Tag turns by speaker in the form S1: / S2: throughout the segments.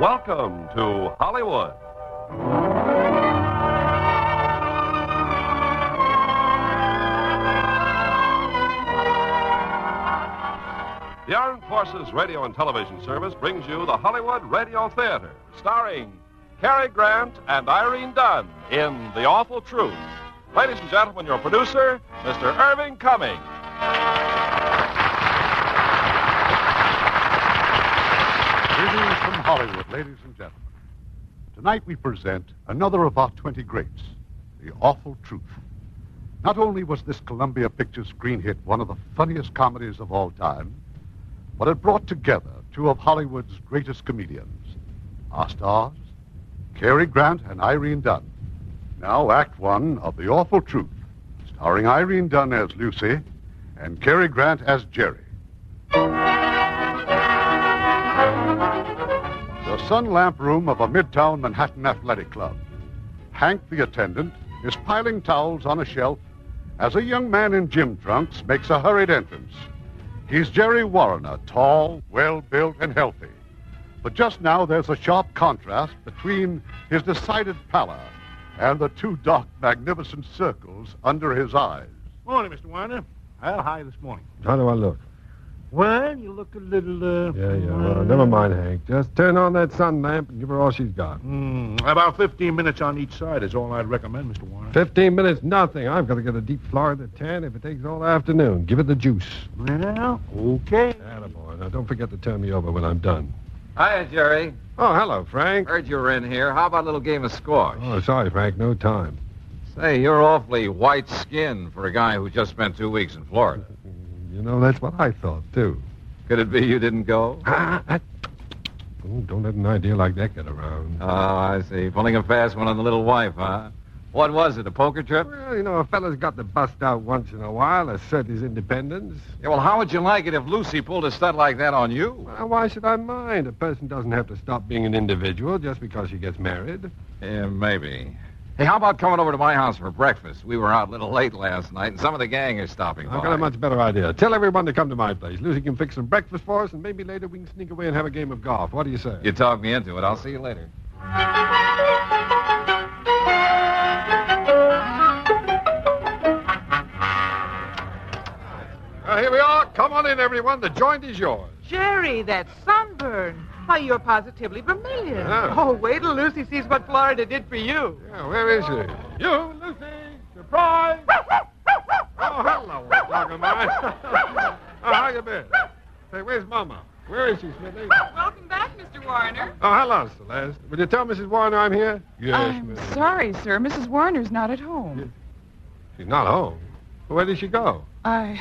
S1: Welcome to Hollywood. The Armed Forces Radio and Television Service brings you the Hollywood Radio Theater, starring Cary Grant and Irene Dunn in The Awful Truth. Ladies and gentlemen, your producer, Mr. Irving Cummings.
S2: Greetings from Hollywood, ladies and gentlemen. Tonight we present another of our 20 greats, The Awful Truth. Not only was this Columbia Pictures screen hit one of the funniest comedies of all time, but it brought together two of Hollywood's greatest comedians, our stars, Cary Grant and Irene Dunn. Now, Act One of The Awful Truth, starring Irene Dunn as Lucy and Cary Grant as Jerry. The sun lamp room of a midtown Manhattan athletic club. Hank, the attendant, is piling towels on a shelf as a young man in gym trunks makes a hurried entrance. He's Jerry Warriner, tall, well built, and healthy. But just now there's a sharp contrast between his decided pallor and the two dark, magnificent circles under his eyes.
S3: Morning, Mr. Warner. Well, hi this morning.
S4: How do I look?
S3: Well, you look a little, uh...
S4: Yeah, yeah. Well, never mind, Hank. Just turn on that sun lamp and give her all she's got.
S3: Hmm, about 15 minutes on each side is all I'd recommend, Mr. Warner.
S4: Fifteen minutes, nothing. I've got to get a deep Florida tan if it takes all afternoon. Give it the juice.
S3: Well, okay.
S4: Attaboy. Now, don't forget to turn me over when I'm done.
S5: Hiya, Jerry.
S4: Oh, hello, Frank.
S5: Heard you were in here. How about a little game of squash?
S4: Oh, sorry, Frank. No time.
S5: Say, you're awfully white skinned for a guy who just spent two weeks in Florida.
S4: You know, that's what I thought, too.
S5: Could it be you didn't go?
S4: Ah, that- Oh, don't let an idea like that get around.
S5: Oh, I see. Pulling a fast one on the little wife, huh? What was it, a poker trip?
S4: Well, you know, a fella's got to bust out once in a while, assert his independence.
S5: Yeah, well, how would you like it if Lucy pulled a stud like that on you?
S4: Well, why should I mind? A person doesn't have to stop being an individual just because she gets married.
S5: Yeah, maybe. Hey, how about coming over to my house for breakfast? We were out a little late last night, and some of the gang is stopping
S4: I've
S5: by.
S4: got a much better idea. Tell everyone to come to my place. Lucy can fix some breakfast for us, and maybe later we can sneak away and have a game of golf. What do you say?
S5: You talked me into it. I'll see you later.
S4: Well, Uh, here we are. Come on in, everyone. The joint is yours.
S6: Jerry, that sunburn. Why, you're positively vermilion.
S4: Yeah.
S6: Oh, wait till Lucy sees what Florida did for you.
S4: Yeah, where is she? You, Lucy. Surprise. oh, hello, old dog of mine. oh, how you been? Say, where's Mama? Where is she, Smithy? Oh,
S6: Welcome back, Mr. Warner.
S4: hello, Celeste. Will you tell Mrs. Warner I'm here? Yes,
S6: Um,
S7: I'm sorry, sir. Mrs. Warner's not at home.
S4: She's not home. Where did she go?
S7: I.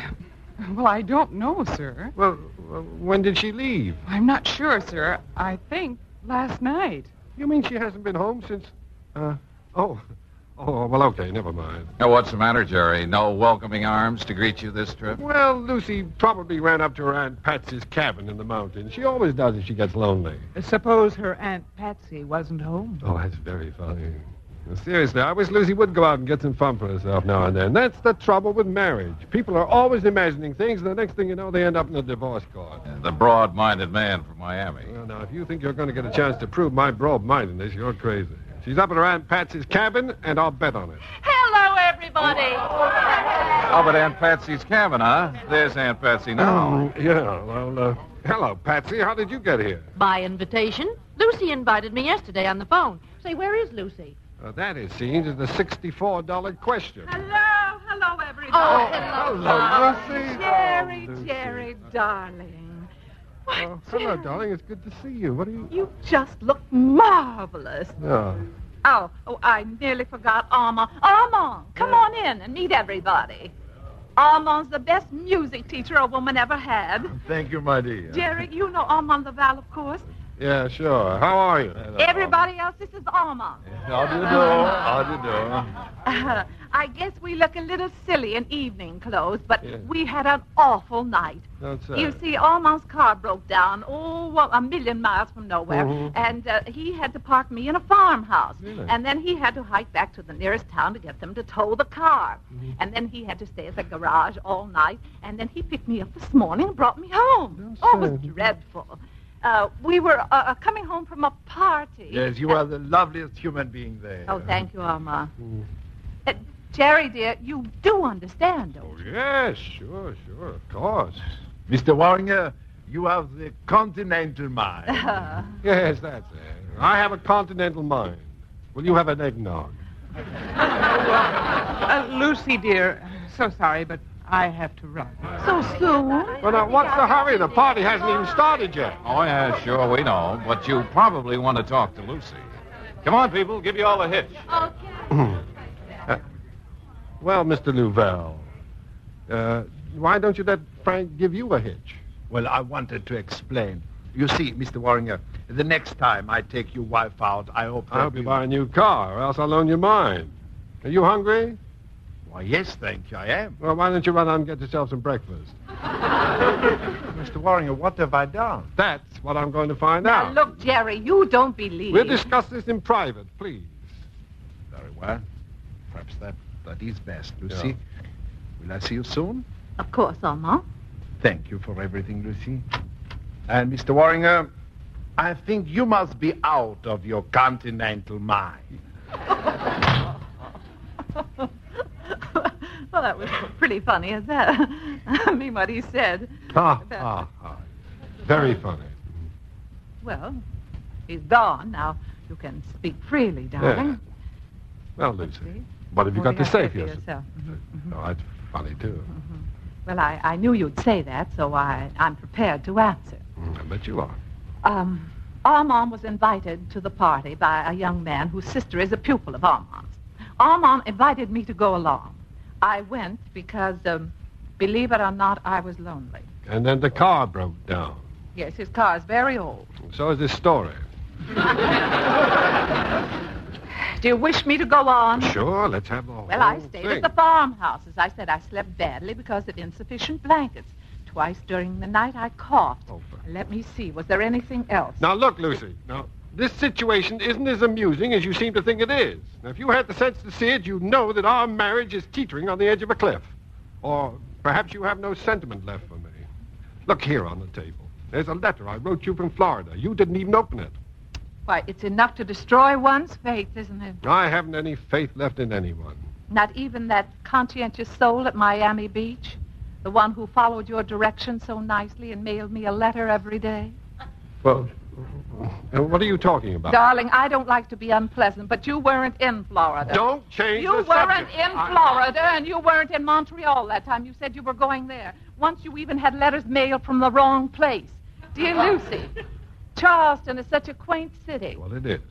S7: Well, I don't know, sir.
S4: Well, when did she leave?
S7: I'm not sure, sir. I think last night.
S4: You mean she hasn't been home since? Uh, oh, oh. Well, okay, never mind.
S5: Now, what's the matter, Jerry? No welcoming arms to greet you this trip?
S4: Well, Lucy probably ran up to her aunt Patsy's cabin in the mountains. She always does if she gets lonely.
S6: Uh, Suppose her Aunt Patsy wasn't home.
S4: Oh, that's very funny. Now, Seriously, I wish Lucy would go out and get some fun for herself now and then. That's the trouble with marriage. People are always imagining things, and the next thing you know, they end up in a divorce court.
S5: The broad-minded man from Miami.
S4: Well, now, if you think you're going to get a chance to prove my broad-mindedness, you're crazy. She's up at her Aunt Patsy's cabin, and I'll bet on it.
S8: Hello, everybody.
S5: Oh, but Aunt Patsy's cabin, huh? There's Aunt Patsy now.
S4: Oh, yeah. Well, uh, hello, Patsy. How did you get here?
S8: By invitation, Lucy invited me yesterday on the phone. Say, where is Lucy?
S4: Uh, that, it seems, is the $64 question. Uh,
S6: Hello, hello, everybody.
S8: Oh,
S4: Hello, Lucy.
S6: Jerry,
S4: Oh, Lucy.
S6: Jerry, darling. Why,
S4: Oh, hello,
S6: Jerry,
S4: darling. It's good to see you. What are you...
S6: You just look marvelous.
S4: Oh,
S6: Oh, oh, I nearly forgot Armand. Armand, come on in and meet everybody. Armand's the best music teacher a woman ever had.
S4: thank you, my dear.
S6: Jerry, you know Armand Laval, of course.
S4: Yeah, sure. How are you?
S6: Everybody else, this is Armand. Uh,
S4: How do you do? How do you do?
S6: I guess we look a little silly in evening clothes, but
S4: Yeah.
S6: we had an awful night.
S4: That's it.
S6: You see, Armand's car broke down, oh, well, a million miles from nowhere,
S4: Mhm.
S6: and uh, he had to park me in a farmhouse.
S4: Really?
S6: And then he had to hike back to the nearest town to get them to tow the car. And then he had to stay at the garage all night, and then he picked me up this morning and brought me home.
S4: Don't
S6: oh, it was
S4: say.
S6: dreadful. Uh, Uh, we were uh, uh, coming home from a party.
S9: Yes, you are the loveliest human being there.
S6: Oh, thank you, Armand.
S4: Oh,
S6: Uh, Jerry, dear, you do understand, don't you?
S4: Yes, sure, sure, of course.
S9: Mr. Warringer, you have the continental mind.
S6: uh,
S4: Yes, that's it. I have a continental mind. Will you have an eggnog?
S7: Uh, Lucy, dear, so sorry, but I have to run.
S6: So soon?
S4: Well, now, what's the hurry? The party hasn't even started yet.
S5: Oh, yeah, sure, we know. But you probably want to talk to Lucy.
S1: Come on, people, give you all a hitch.
S4: Well, Mr. Louvel, uh, why don't you let Frank give you a hitch?
S9: Well, I wanted to explain. You see, Mr. Warringer, the next time I take your wife out, I hope that
S4: I'll be
S9: you-
S4: buying you a new car, or else I'll loan you mine. Are you hungry?
S9: Why, yes, thank you, I am.
S4: Well, why don't you run out and get yourself some breakfast?
S9: Mr. Warringer, what have I done?
S4: That's what I'm going to find
S6: Now,
S4: out.
S6: look, Jerry, you don't believe.
S4: We'll discuss this in private, please.
S9: Very well. Perhaps that, that is best, Lucy. Will I see you soon?
S6: Of course, Armand.
S9: Thank you for everything, Lucy. And, Mr. Warringer, I think you must be out of your continental mind.
S6: well, that was pretty funny, is that? I mean, what he said.
S4: Ah,
S6: That-
S4: ah, ah. Very funny.
S6: Well, he's gone. Now, you can speak freely, darling.
S4: Well, Lucy,
S6: See?
S4: what have you
S6: What
S4: got to
S6: do
S4: say
S6: have
S4: for
S6: Mm-hmm.
S4: yourself? Oh, that's funny, too.
S6: Well, I, I knew you'd say that, so I, I'm prepared to answer.
S4: Mm, I bet you are.
S6: Um, Armand was invited to the party by a young man whose sister is a pupil of Armand's. Armand invited me to go along. I went because, um, believe it or not, I was lonely.
S4: And then the car broke down.
S6: Yes, his car is very old.
S4: So is this story.
S6: Do you wish me to go on?
S4: Sure, Oh, let's have the whole
S6: Um, Well, I stayed
S4: thing.
S6: at the farmhouse. As I said, I slept badly because of insufficient blankets. Twice during the night, I coughed.
S4: Oh, for-
S6: Let me see. Was there anything else?
S4: Now, look, Lucy. Now, this situation isn't as amusing as you seem to think it is. Now, if you had the sense to see it, you'd know that our marriage is teetering on the edge of a cliff. Or perhaps you have no sentiment left for me. Look here on the table. There's a letter I wrote you from Florida. You didn't even open it.
S6: Why, it's enough to destroy one's faith, isn't it?
S4: I haven't any faith left in anyone.
S6: Not even that conscientious soul at Miami Beach? The one who followed your directions so nicely and mailed me a letter every day?
S4: Well, what are you talking about?
S6: Darling, I don't like to be unpleasant, but you weren't in Florida.
S4: Don't change the
S6: You weren't
S4: subject.
S6: in Florida, and you weren't in Montreal that time. You said you were going there. Once you even had letters mailed from the wrong place. Dear Lucy, Charleston is such a quaint city.
S4: Well, it is.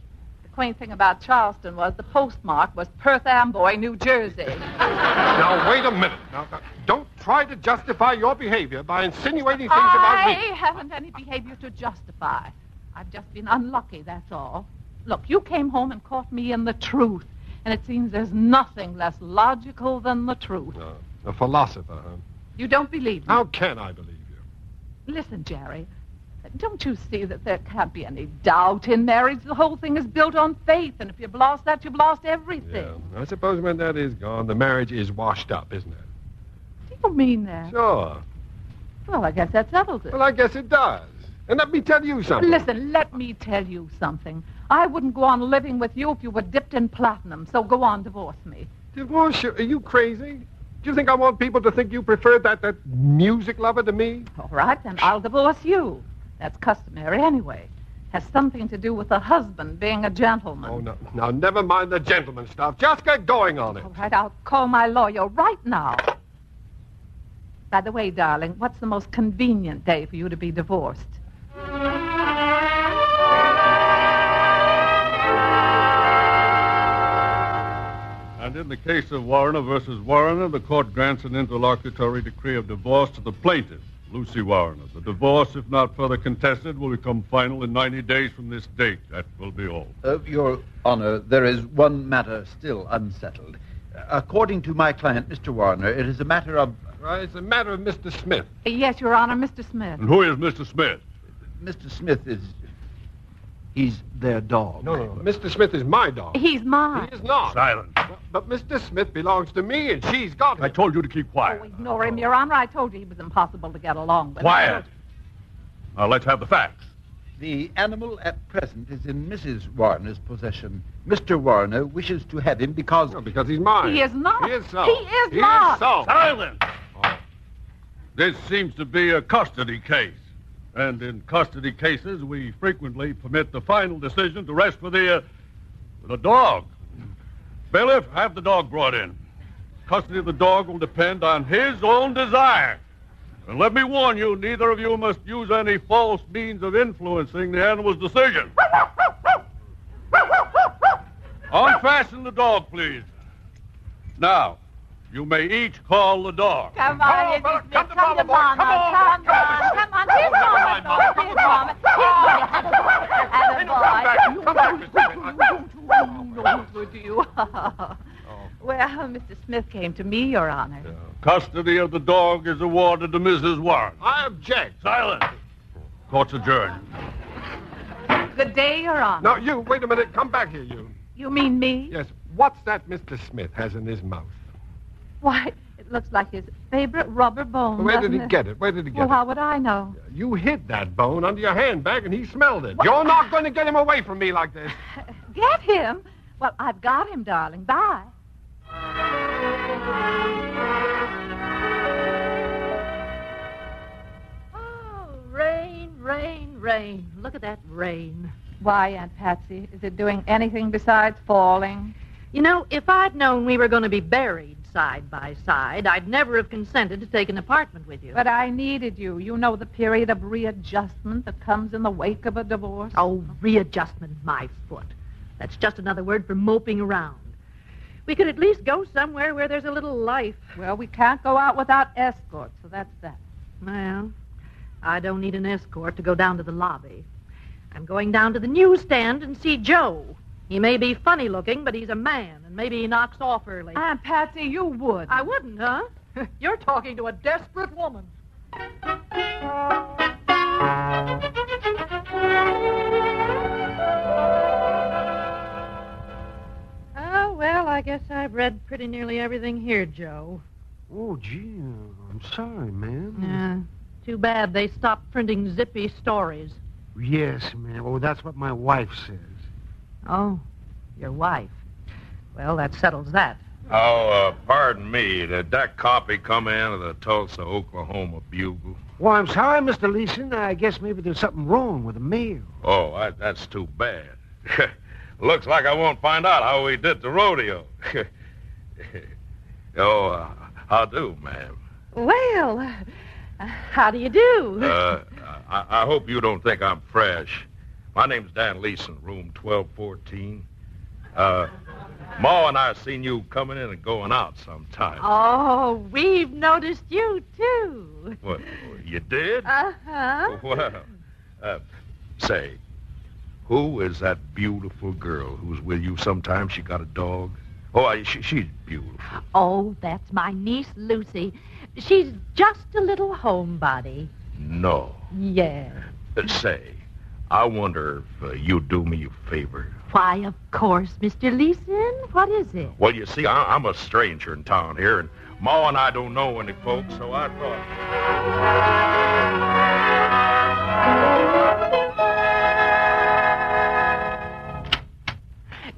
S6: The quaint thing about Charleston was the postmark was Perth Amboy, New Jersey.
S4: Now, wait a minute. Now, now, don't try to justify your behavior by insinuating things about me.
S6: I haven't any behavior to justify. I've just been unlucky, that's all. Look, you came home and caught me in the truth, and it seems there's nothing less logical than the truth.
S4: No, a philosopher, huh?
S6: You don't believe me.
S4: How can I believe you?
S6: Listen, Jerry. Don't you see that there can't be any doubt in marriage? The whole thing is built on faith, and if you've lost that, you've lost everything.
S4: I suppose when that is gone, the marriage is washed up, isn't it?
S6: Do you mean that?
S4: Sure.
S6: Well, I guess that settles it.
S4: Well, I guess it does. And let me tell you something.
S6: Listen, let me tell you something. I wouldn't go on living with you if you were dipped in platinum, so go on, divorce me.
S4: Divorce, you- are you crazy? Do you think I want people to think you preferred that, that music lover to me?
S6: All right, then I'll divorce you. That's customary anyway. Has something to do with the husband being a gentleman.
S4: Oh, no. Now, never mind the gentleman stuff. Just get going on it.
S6: All right, I'll call my lawyer right now. By the way, darling, what's the most convenient day for you to be divorced?
S10: And in the case of Warrener versus Warrener, the court grants an interlocutory decree of divorce to the plaintiff, Lucy Warrener. The divorce, if not further contested, will become final in 90 days from this date. That will be all.
S9: Uh, Your Honor, there is one matter still unsettled. According to my client, Mr. Warner, it is a matter of
S4: Well, it's a matter of Mr. Smith.
S6: Yes, Your Honor, Mr. Smith.
S10: And who is Mr. Smith?
S9: Mr. Smith is. He's their dog.
S4: No, no, no. Mr. Smith is my dog.
S6: He's mine.
S4: He is not.
S10: Silence.
S4: But Mr. Smith belongs to me, and she's got him.
S10: I told you to keep
S6: Oh,
S10: quiet.
S6: ignore him, Your Honor. I told you he was impossible to get along with.
S10: Quiet. Now, let's have the facts.
S11: The animal at present is in Mrs. Warner's possession. Mr. Warner wishes to have him because.
S4: because he's mine.
S6: He is not.
S10: He is so.
S6: He is
S10: He is
S6: not.
S10: so. Silence! Oh. This seems to be a custody case. And in custody cases, we frequently permit the final decision to rest with the, uh, with the dog. Bailiff, have the dog brought in. Custody of the dog will depend on his own desire. And let me warn you, neither of you must use any false means of influencing the animal's decision. Unfasten the dog, please. Now, you may each call the dog.
S6: Come on, Elizabeth. Come, to Mama. Come, on. Come on. Here's Mama. Here's Mama. Here's Mama. Attaboy. Attaboy. Do you? Well, Mr. Smith came to me, Your Honor.
S10: Custody of the dog is awarded to Mrs. Warren.
S4: I object.
S10: Silence. Court's adjourned.
S6: Good day, Your Honor.
S4: Now, you, wait a minute. Come back here, you.
S6: You mean me?
S4: Yes, what's that Mr. Smith has in his mouth?
S6: Why, it looks like his favorite rubber bone.
S4: Where did
S6: doesn't
S4: he get it? Where did he get
S6: Well, Oh, how would I know?
S4: it? You hid that bone under your handbag and he smelled it. You're not going to get him away from me like this.
S6: Get him? Well, I've got him, darling. Bye.
S8: Oh, rain, rain, rain. Look at that rain.
S6: Why, Aunt Patsy? Is it doing anything besides falling?
S8: You know, if I'd known we were going to be buried side by side, I'd never have consented to take an apartment with you.
S6: But I needed you. You know the period of readjustment that comes in the wake of a divorce.
S8: Oh, readjustment, my foot. That's just another word for moping around. We could at least go somewhere where there's a little life.
S6: Well, we can't go out without escort, so that's that.
S8: Well, I don't need an escort to go down to the lobby. I'm going down to the newsstand and see Joe. He may be funny looking, but he's a man, and maybe he knocks off early.
S6: Aunt Patsy, you would.
S8: I wouldn't, huh? You're talking to a desperate woman. Oh, well, I guess I've read pretty nearly everything here, Joe.
S12: Oh, gee, uh, I'm sorry, ma'am.
S8: Yeah. Too bad they stopped printing zippy stories.
S12: Yes, ma'am. Oh, that's what my wife says.
S8: Oh, your wife. Well, that settles that.
S13: Oh, uh, pardon me. Did that copy come in of the Tulsa, Oklahoma Bugle?
S12: Well, I'm sorry, Mr. Leeson. I guess maybe there's something wrong with the mail.
S13: Oh, I, that's too bad. Looks like I won't find out how we did the rodeo. oh, uh, how do, ma'am?
S8: Well, uh, how do you do?
S13: Uh, I, I hope you don't think I'm fresh. My name's Dan Leeson, room 1214. Uh, Ma and I seen you coming in and going out sometime.
S8: Oh, we've noticed you, too.
S13: What, you did?
S8: Uh-huh.
S13: Well, uh, say, who is that beautiful girl who's with you sometimes? She got a dog. Oh, I, she, she's beautiful.
S8: Oh, that's my niece, Lucy. She's just a little homebody.
S13: No.
S8: Yeah.
S13: Uh, say, I wonder if uh, you do me a favor.
S8: Why, of course, Mr. Leeson. What is it?
S13: Well, you see, I, I'm a stranger in town here, and Ma and I don't know any folks, so I thought.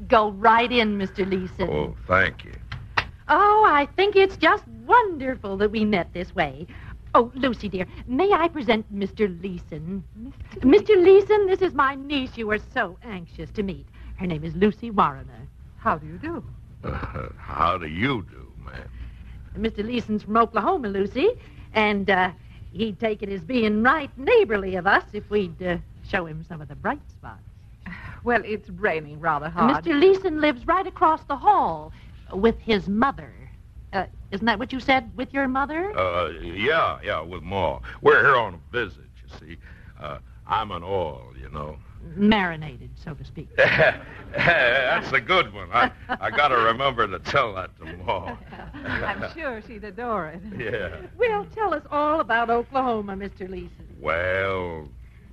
S8: Go right in, Mr. Leeson.
S13: Oh, thank you.
S8: Oh, I think it's just wonderful that we met this way. Oh, Lucy, dear, may I present Mr. Leeson? Mr. Leeson, this is my niece you were so anxious to meet. Her name is Lucy Warriner.
S6: How do you do?
S13: Uh, how do you do, ma'am?
S8: Mr. Leeson's from Oklahoma, Lucy, and uh, he'd take it as being right neighborly of us if we'd uh, show him some of the bright spots.
S6: Well, it's raining rather hard.
S8: Mr. Leeson lives right across the hall with his mother. Uh, isn't that what you said, with your mother?
S13: Uh, yeah, yeah, with Ma. We're here on a visit, you see. Uh, I'm an oil, you know.
S8: Marinated, so to speak.
S13: That's a good one. I, I got to remember to tell that to Ma.
S6: I'm sure she'd adore it.
S13: Yeah.
S8: Well, tell us all about Oklahoma, Mr. Leeson.
S13: Well,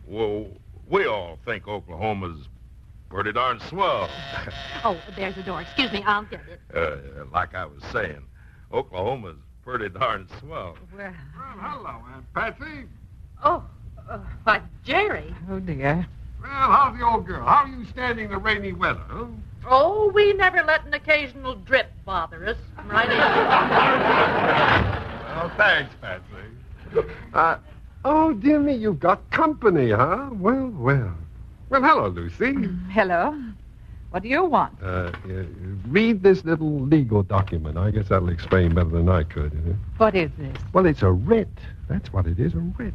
S13: well, we all think Oklahoma's pretty darn swell.
S8: Oh, there's the door. Excuse me, I'll get it.
S13: Uh, like I was saying, Oklahoma's pretty darn swell.
S6: Well,
S4: hello, Aunt Patsy.
S8: Oh, uh, why, Jerry.
S6: Oh, dear.
S4: Well, how's the old girl? How are you standing the rainy weather? Huh?
S14: Oh, we never let an occasional drip bother us. Right in.
S4: Oh, thanks, Patsy. Uh, oh, dear me, you've got company, huh? Well, well. Well, hello, Lucy.
S6: Mm, Hello. What do you want?
S4: Uh, yeah, read this little legal document. I guess that'll explain better than I could. you know.
S6: What is this?
S4: Well, it's a writ. That's what it is, a writ.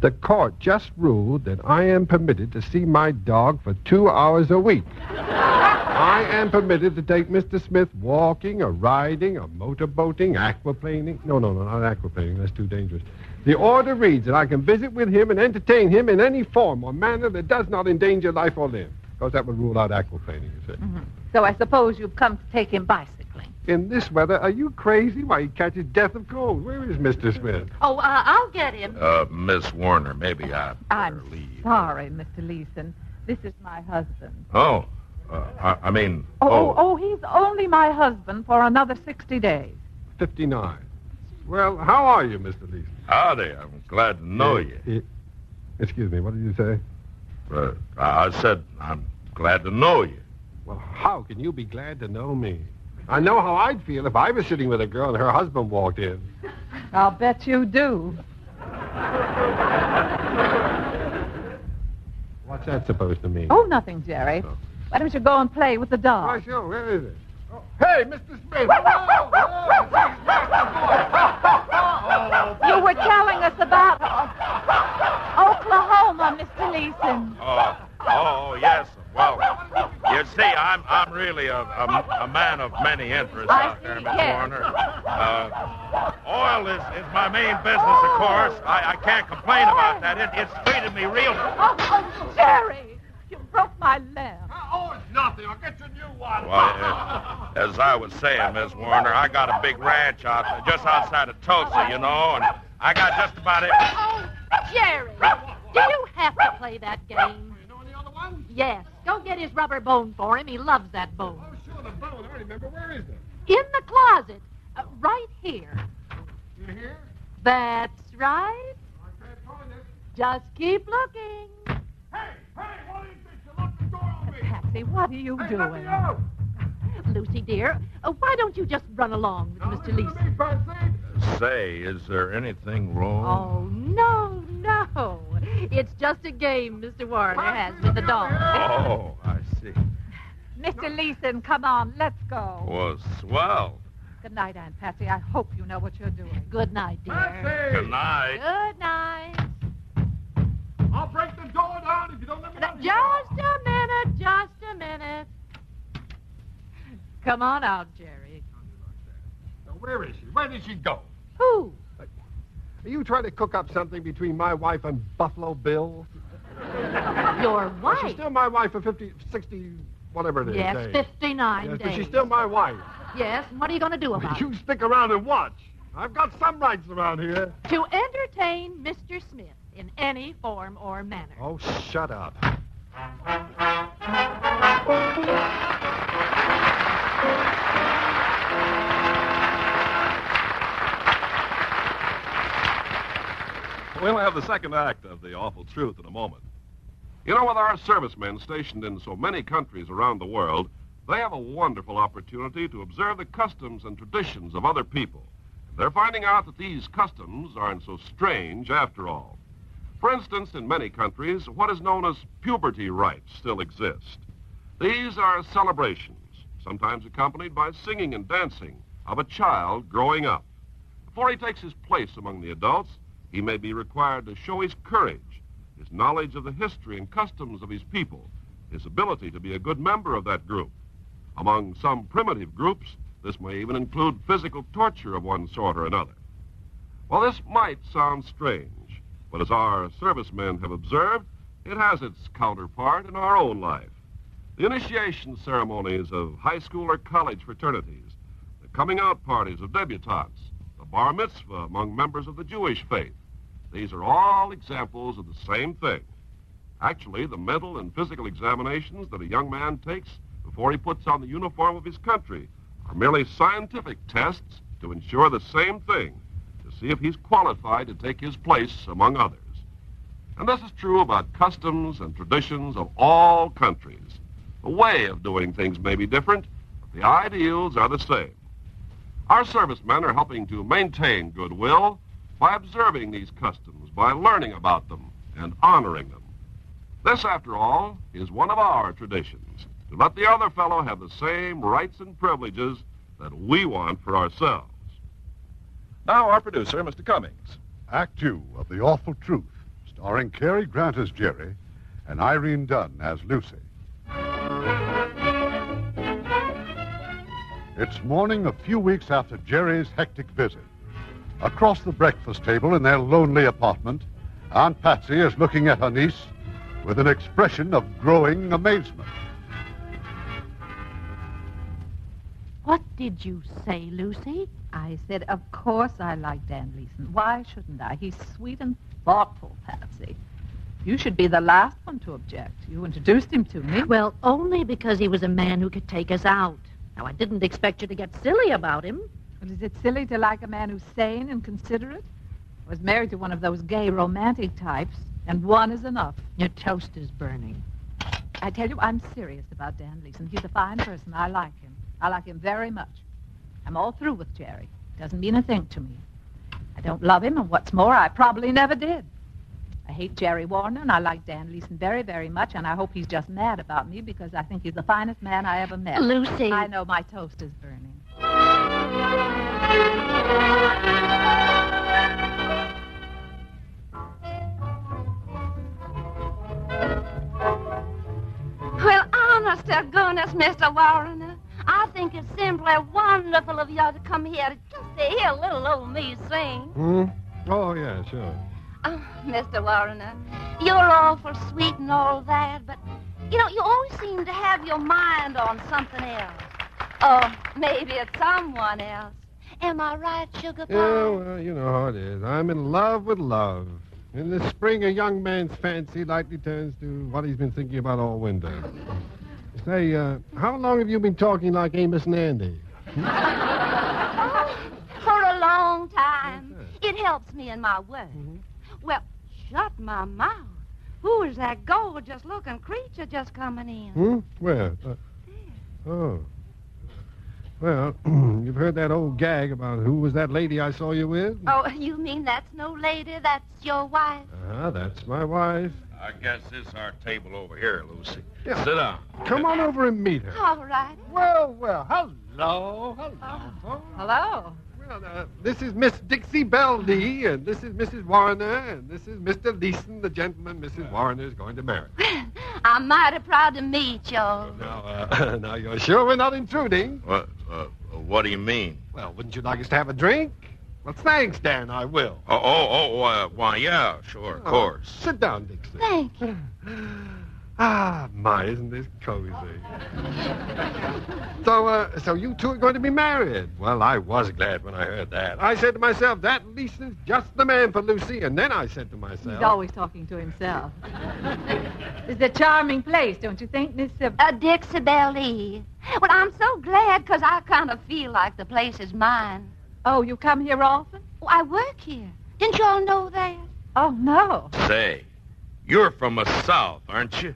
S4: The court just ruled that I am permitted to see my dog for two hours a week. I am permitted to take Mr. Smith walking or riding or motorboating, aquaplaning. No, no, no, not aquaplaning. That's too dangerous. The order reads that I can visit with him and entertain him in any form or manner that does not endanger life or limb. Because that would rule out aquaplaning, you see.
S6: Hmm? So I suppose you've come to take him bicycling.
S4: In this weather, are you crazy? Why, he catches death of cold. Where is Mr. Smith?
S14: Oh, uh, I'll get him.
S13: Uh, Miss Warner, maybe I.
S6: I'm sorry, Mr. Leeson. This is my husband.
S13: Oh, uh, I, I mean.
S6: Oh, oh, oh, he's only my husband for another 60 days.
S4: 59. Well, how are you, Mr. Leeson?
S13: Howdy, ah, I'm glad to know you.
S4: eh, Excuse me, what did you say?
S13: Uh, I I said I'm glad to know you.
S4: Well, how can you be glad to know me? I know how I'd feel if I was sitting with a girl and her husband walked in.
S6: I'll bet you do.
S4: What's that supposed to mean?
S6: Oh, nothing, Jerry. Why don't you go and play with the dog?
S4: Why, sure, where is it? Oh, hey, Mr. Smith! hello!
S6: You were telling us about Oklahoma, Mr. Leeson.
S13: Oh, oh, yes. Well, you see, I'm I'm really a a, a man of many interests
S14: I
S13: out there,
S14: see,
S13: Miss
S14: yes.
S13: Warner. Uh, oil is, is my main business, of course. I, I can't complain about that. It, it's treated me real.
S6: Oh, oh, Jerry, you broke my leg.
S4: Oh, it's nothing. I'll get you a new one.
S13: Well, uh, as I was saying, Miss Warner, I got a big ranch out there, just outside of Tulsa, you know, and I got just about it.
S14: Oh, Jerry, do you have to play that game? You know any other one? Yes. Go get his rubber bone for him. He loves that bone.
S4: Oh, sure, the bone. I remember. Where is it?
S14: In the closet, uh, right here.
S4: You hear?
S14: That's right.
S4: I can't find it.
S14: Just keep looking.
S6: Patsy, what are you doing?
S8: Lucy, dear, uh, why don't you just run along with Mr. Leeson?
S13: Say, is there anything wrong?
S8: Oh, no, no.
S14: It's just a game Mr. Warner has with the dog.
S13: Oh, I see.
S6: Mr. Leeson, come on, let's go.
S13: Well, swell.
S6: Good night, Aunt Patsy. I hope you know what you're doing.
S8: Good night, dear.
S13: Good night.
S14: Good night.
S4: I'll break the door down if you don't let me out.
S14: Just a minute, just a minute. Come on out, Jerry.
S4: Now, where is she? Where did she go?
S14: Who?
S4: Are you trying to cook up something between my wife and Buffalo Bill?
S14: Your
S4: Well, She's
S14: wife.
S4: still my wife for 50, 60, whatever it is.
S8: Yes,
S4: days.
S8: 59
S4: Yes,
S8: days.
S4: but she's still my wife.
S8: Yes, and what are you going to do about it?
S4: You stick around and watch. I've got some rights around here.
S8: To entertain Mr. Smith in any form or manner.
S4: Oh, shut up.
S1: We'll have the second act of The Awful Truth in a moment. You know, with our servicemen stationed in so many countries around the world, they have a wonderful opportunity to observe the customs and traditions of other people. They're finding out that these customs aren't so strange after all. For instance, in many countries, what is known as puberty rites still exist. These are celebrations, sometimes accompanied by singing and dancing, of a child growing up. Before he takes his place among the adults, he may be required to show his courage, his knowledge of the history and customs of his people, his ability to be a good member of that group. Among some primitive groups, this may even include physical torture of one sort or another. While this might sound strange, but as our servicemen have observed, it has its counterpart in our own life. The initiation ceremonies of high school or college fraternities, the coming out parties of debutantes, the bar mitzvah among members of the Jewish faith. These are all examples of the same thing. Actually, the mental and physical examinations that a young man takes before he puts on the uniform of his country are merely scientific tests to ensure the same thing, to see if he's qualified to take his place among others. And this is true about customs and traditions of all countries. The way of doing things may be different, but the ideals are the same. Our servicemen are helping to maintain goodwill by observing these customs, by learning about them, and honoring them. This, after all, is one of our traditions to let the other fellow have the same rights and privileges that we want for ourselves. Now, our producer, Mr. Cummings.
S2: Act Two of The Awful Truth, starring Cary Grant as Jerry and Irene Dunn as Lucy. It's morning a few weeks after Jerry's hectic visit. Across the breakfast table in their lonely apartment, Aunt Patsy is looking at her niece with an expression of growing amazement.
S8: What did you say, Lucy?
S6: I said, of course I like Dan Leeson. Why shouldn't I? He's sweet and thoughtful, Patsy. You should be the last one to object. You introduced him to me.
S8: Well, only because he was a man who could take us out. Now, I didn't expect you to get silly about him.
S6: But is it silly to like a man who's sane and considerate? I was married to one of those gay romantic types, and one is enough.
S8: Your toast is burning.
S6: I tell you, I'm serious about Dan Leeson. He's a fine person. I like him. I like him very much. I'm all through with Jerry. Doesn't mean a thing to me. I don't love him, and what's more, I probably never did. I hate Jerry Warner, and I like Dan Leeson very, very much, and I hope he's just mad about me because I think he's the finest man I ever met.
S8: Lucy.
S6: I know my toast is burning.
S15: Well, honest to goodness, Mr. Warren, I think it's simply wonderful of y'all to come here to just to hear little old me sing.
S4: Hmm? Oh, yeah, sure.
S15: Oh, Mr. Warren, you're awful sweet and all that, but, you know, you always seem to have your mind on something else. Or maybe it's someone else. Am I right, Sugar Pie?
S4: Yeah, well, you know how it is. I'm in love with love. In the spring, a young man's fancy lightly turns to what he's been thinking about all winter. Say, uh, how long have you been talking like Amos and Andy?
S15: Oh, for a long time. It helps me in my work.
S6: Mm-hmm.
S15: Well, shut my mouth. Who is that gorgeous looking creature just coming in?
S4: Hmm? Where? Uh, oh. Well, you've heard that old gag about who was that lady I saw you with?
S6: Mm-hmm.
S15: Oh, you mean that's no lady, that's your wife?
S4: Ah, that's my wife.
S13: I guess this is our table over here, Lucy. Sit down.
S4: Come on over and meet her.
S15: All right.
S4: Well, well, hello, hello.
S6: Hello.
S4: Well, uh, this is Miss Dixie Bell Lee, and this is Mrs. Warner, and this is Mr. Leeson, the gentleman Mrs. Warner is going to marry.
S15: I'm mighty proud to meet y'all.
S4: Now, uh, now you're sure we're not intruding?
S13: What, uh, what do you mean?
S4: Well, wouldn't you like us to have a drink? Well, thanks, Dan. I will.
S13: Oh, oh, oh, uh, why, yeah, sure, of
S4: Oh,
S13: course.
S4: Sit down, Dixie.
S15: Thank you.
S4: Ah, my, isn't this cozy? so, uh, so you two are going to be married. Well, I was glad when I heard that. I said to myself, that Lisa's just the man for Lucy. And then I said to myself,
S6: He's always talking to himself. it's a charming place, don't you think, Miss... Uh,
S15: Uh, Dixie Belle Lee. Well, I'm so glad 'cause I kind of feel like the place is mine.
S6: oh, you come here often?
S15: Oh, I work here. Didn't y'all know that?
S6: Oh, no.
S13: Say, you're from the South, aren't you?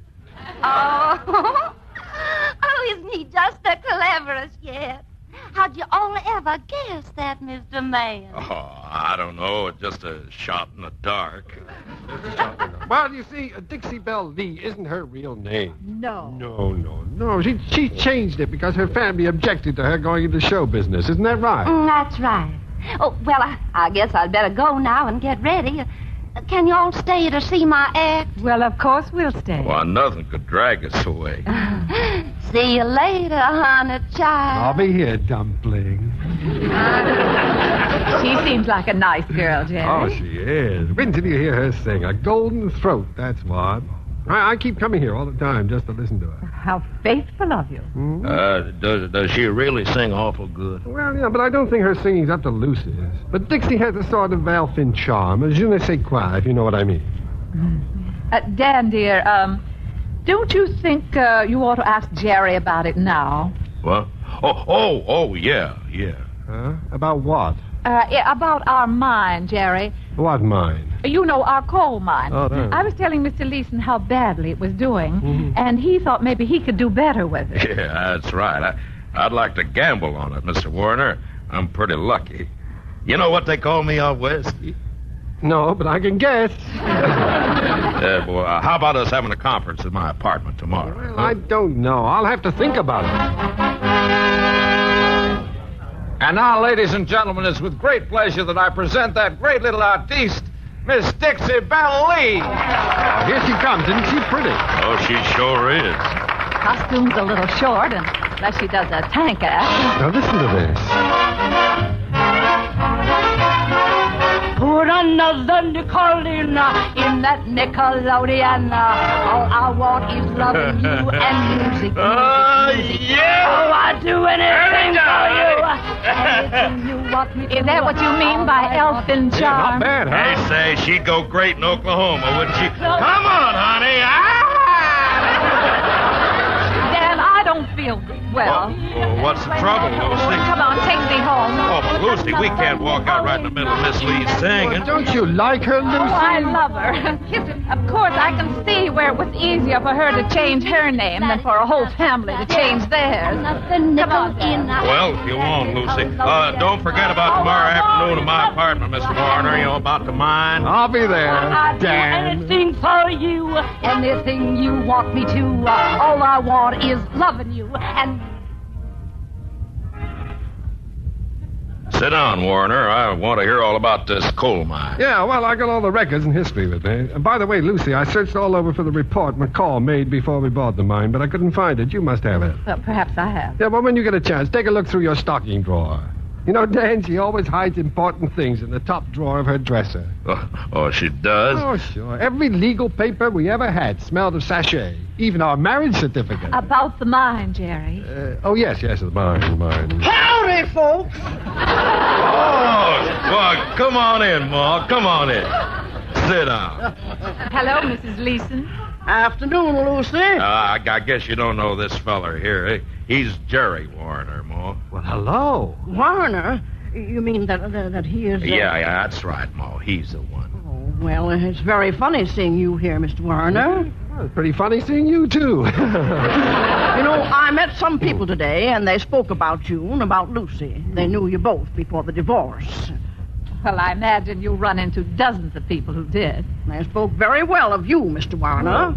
S15: Oh. oh, isn't he just the cleverest yet? How'd you all ever guess that, Mr. Man?
S13: Oh, I don't know. It's just a shot in the dark.
S4: well, you see, uh, Dixie Belle Lee isn't her real name.
S6: No.
S4: No, no, no. She, she changed it because her family objected to her going into show business. Isn't that right?
S15: Mm, that's right. Oh, well, I, I guess I'd better go now and get ready. Uh, Can you all stay to see my act?
S6: Well, of course we'll stay.
S13: Why, nothing could drag us away.
S15: See you later, honey child.
S4: I'll be here,
S6: Oh,
S4: dumpling. uh,
S6: She seems like a nice girl,
S4: Oh,
S6: Jerry.
S4: she is. When did you hear her sing? A golden throat, that's what. I, I keep coming here all the time just to listen to her. Hmm?
S6: How faithful of you.
S13: Uh, does, does she really sing awful good?
S4: Well, yeah, but I don't think her singing's up to Lucy's. But Dixie has a sort of Valfin charm, a je ne sais quoi, if you know what I mean.
S6: Uh, Dan, dear, um, don't you think uh, you ought to ask Jerry about it now?
S13: What? Oh, oh, oh, yeah, yeah.
S4: Huh? About what?
S6: Uh, i- about our mine, Jerry.
S4: What mine?
S6: You know, our coal mine.
S4: Oh, there. Mm-hmm.
S6: I was telling Mr. Leeson how badly it was doing, and he thought maybe he could do better with it.
S13: Yeah, that's right. I, I'd like to gamble on it, Mr. Warner. I'm pretty lucky. You know what they call me out west?
S4: No, but I can guess.
S13: Yeah, boy. uh, how about us having a conference at my apartment tomorrow?
S4: Well, I don't know. I'll have to think about it.
S5: And now, ladies and gentlemen, it's with great pleasure that I present that great little artiste, Miss Dixie Belle Lee.
S4: here she comes. Isn't she pretty?
S13: Oh, she sure is.
S6: Costume's a little short, and unless she does a tank act.
S4: Now, listen to this.
S16: Put another Nickelodeon in that Nickelodeon. uh, All I want is loving you and music.
S4: Uh,
S13: Oh,
S16: yeah! Oh, I'd do anything for you. Anything you want me to.
S6: Is that what you mean by elfin charm?
S13: bad, huh? They say she'd go great in Oklahoma, wouldn't she? Come on, honey. Ah!
S6: Dan, I don't feel well.
S13: Well, what's the trouble, Lucy?
S6: Come on, take me home.
S13: Oh, but Lucy, we can't walk out right in the middle of Miss Lee's singing.
S4: Don't you like her,
S6: Oh, I love her. of course, I can see where it was easier for her to change her name than for a whole family to change theirs. Come on, Dan.
S13: Well, if you want, Lucy. Uh, don't forget about tomorrow afternoon at my apartment, Mr. Warner. You know, about the mine.
S4: I'll be
S16: I'd do anything for you, anything you want me to. All I want is loving you and
S13: Sit down, Warner. I want to hear all about this coal mine.
S4: Yeah, well, I got all the records and history with me. And by the way, Lucy, I searched all over for the report McCall made before we bought the mine, but I couldn't find it. You must have it.
S6: Well, perhaps I have.
S4: Yeah, well, when you get a chance, take a look through your stocking drawer. You know, Dan, she always hides important things in the top drawer of her dresser.
S13: Oh, oh, she does?
S4: Oh, sure. Every legal paper we ever had smelled of sachet, even our marriage certificate.
S6: About the mine, Jerry.
S4: Uh, oh, yes, yes, it's mine, mine.
S17: Howdy, folks.
S13: Oh, well, come on in, Ma. Come on in. Sit down.
S6: Hello, Mrs. Leeson.
S17: Afternoon, Lucy.
S13: Uh, I, I guess you don't know this feller here. eh? He's Jerry Warner, Ma.
S4: Well, hello.
S17: Warner? You mean that, that, that he is... uh,
S13: Yeah, yeah, that's right, Ma. He's the one.
S17: oh, Well, it's very funny seeing you here, Mr. Warner.
S4: Well, it's pretty funny seeing you, too.
S17: You know, I met some people today, and they spoke about you and about Lucy. They knew you both before the divorce.
S6: Well, I imagine you run into dozens of people who did.
S17: They spoke very well of you, Mr. Warner.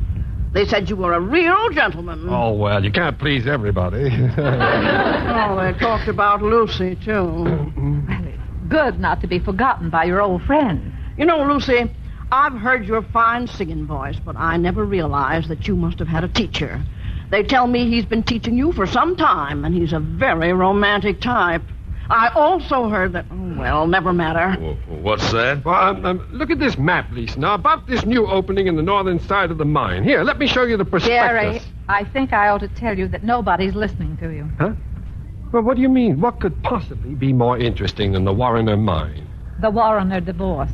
S17: They said you were a real gentleman.
S4: Oh, well, you can't please everybody.
S17: Oh, they talked about Lucy, too.
S6: Good not to be forgotten by your old friends.
S17: You know, Lucy, I've heard your fine singing voice, but I never realized that you must have had a teacher. They tell me he's been teaching you for some time, and he's a very romantic type. I also heard that. oh, Well, never matter.
S13: What's that?
S4: Well, um, um, look at this map, Lisa. Now, about this new opening in the northern side of the mine. Here, let me show you the prospectus.
S6: Jerry, I think I ought to tell you that nobody's listening to you.
S4: Huh? Well, what do you mean? What could possibly be more interesting than the Warrener mine?
S6: The Warrener divorce.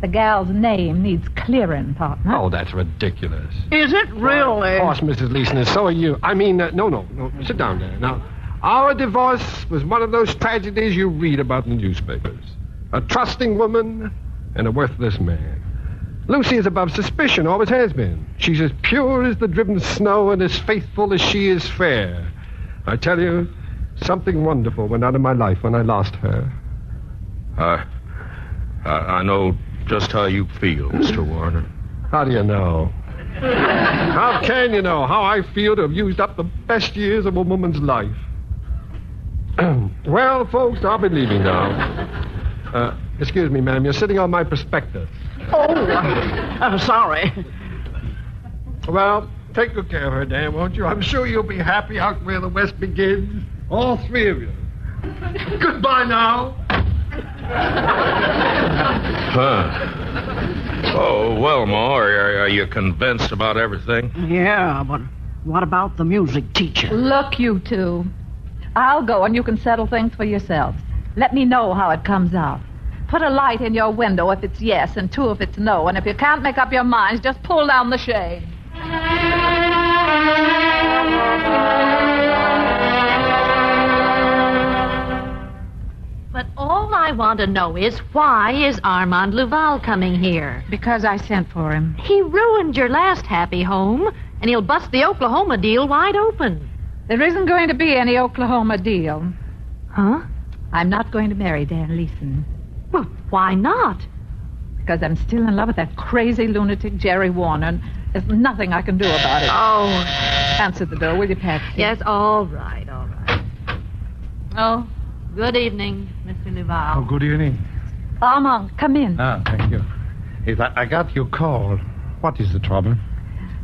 S6: The gal's name needs clearing, partner.
S4: Oh, that's ridiculous.
S17: Is it really?
S4: Of course, Mrs. Leeson, and so are you. I mean, uh, no, no, no. Sit down there. Now, our divorce was one of those tragedies you read about in the newspapers. A trusting woman and a worthless man. Lucy is above suspicion, always has been. She's as pure as the driven snow and as faithful as she is fair. I tell you, something wonderful went out of my life when I lost her.
S13: I, I, Uh, I know just how you feel, Mr. Warner.
S4: How do you know? How can you know how I feel to have used up the best years of a woman's life? well, folks, I'll be leaving now. Uh, excuse me, ma'am. You're sitting on my prospectus.
S17: Oh, I'm Oh, sorry.
S4: Well, take good care of her, Dan, won't you? I'm sure you'll be happy out where the West begins. All three of you. Goodbye now.
S13: Huh. Oh, well, Ma, are, are you convinced about everything?
S17: Yeah, but what about the music teacher?
S6: Look, you two. I'll go and you can settle things for yourselves. Let me know how it comes out. Put a light in your window if it's yes and two if it's no. And if you can't make up your minds, just pull down the shade.
S8: But all I want to know is why is Armand Luval coming here?
S7: Because I sent for him.
S8: He ruined your last happy home, and he'll bust the Oklahoma deal wide open.
S7: There isn't going to be any Oklahoma deal.
S8: Huh?
S7: I'm not going to marry Dan Leeson.
S8: Well, why not?
S7: Because I'm still in love with that crazy lunatic Jerry Warner, and there's nothing I can do about it.
S8: Oh.
S7: Answer the door, will you, Patsy?
S8: Yes, all right, all right. Oh, good evening, Mr. Luval.
S18: Oh, good evening.
S6: Armand, come in.
S18: Ah, thank you. If I, I got your call, what is the trouble?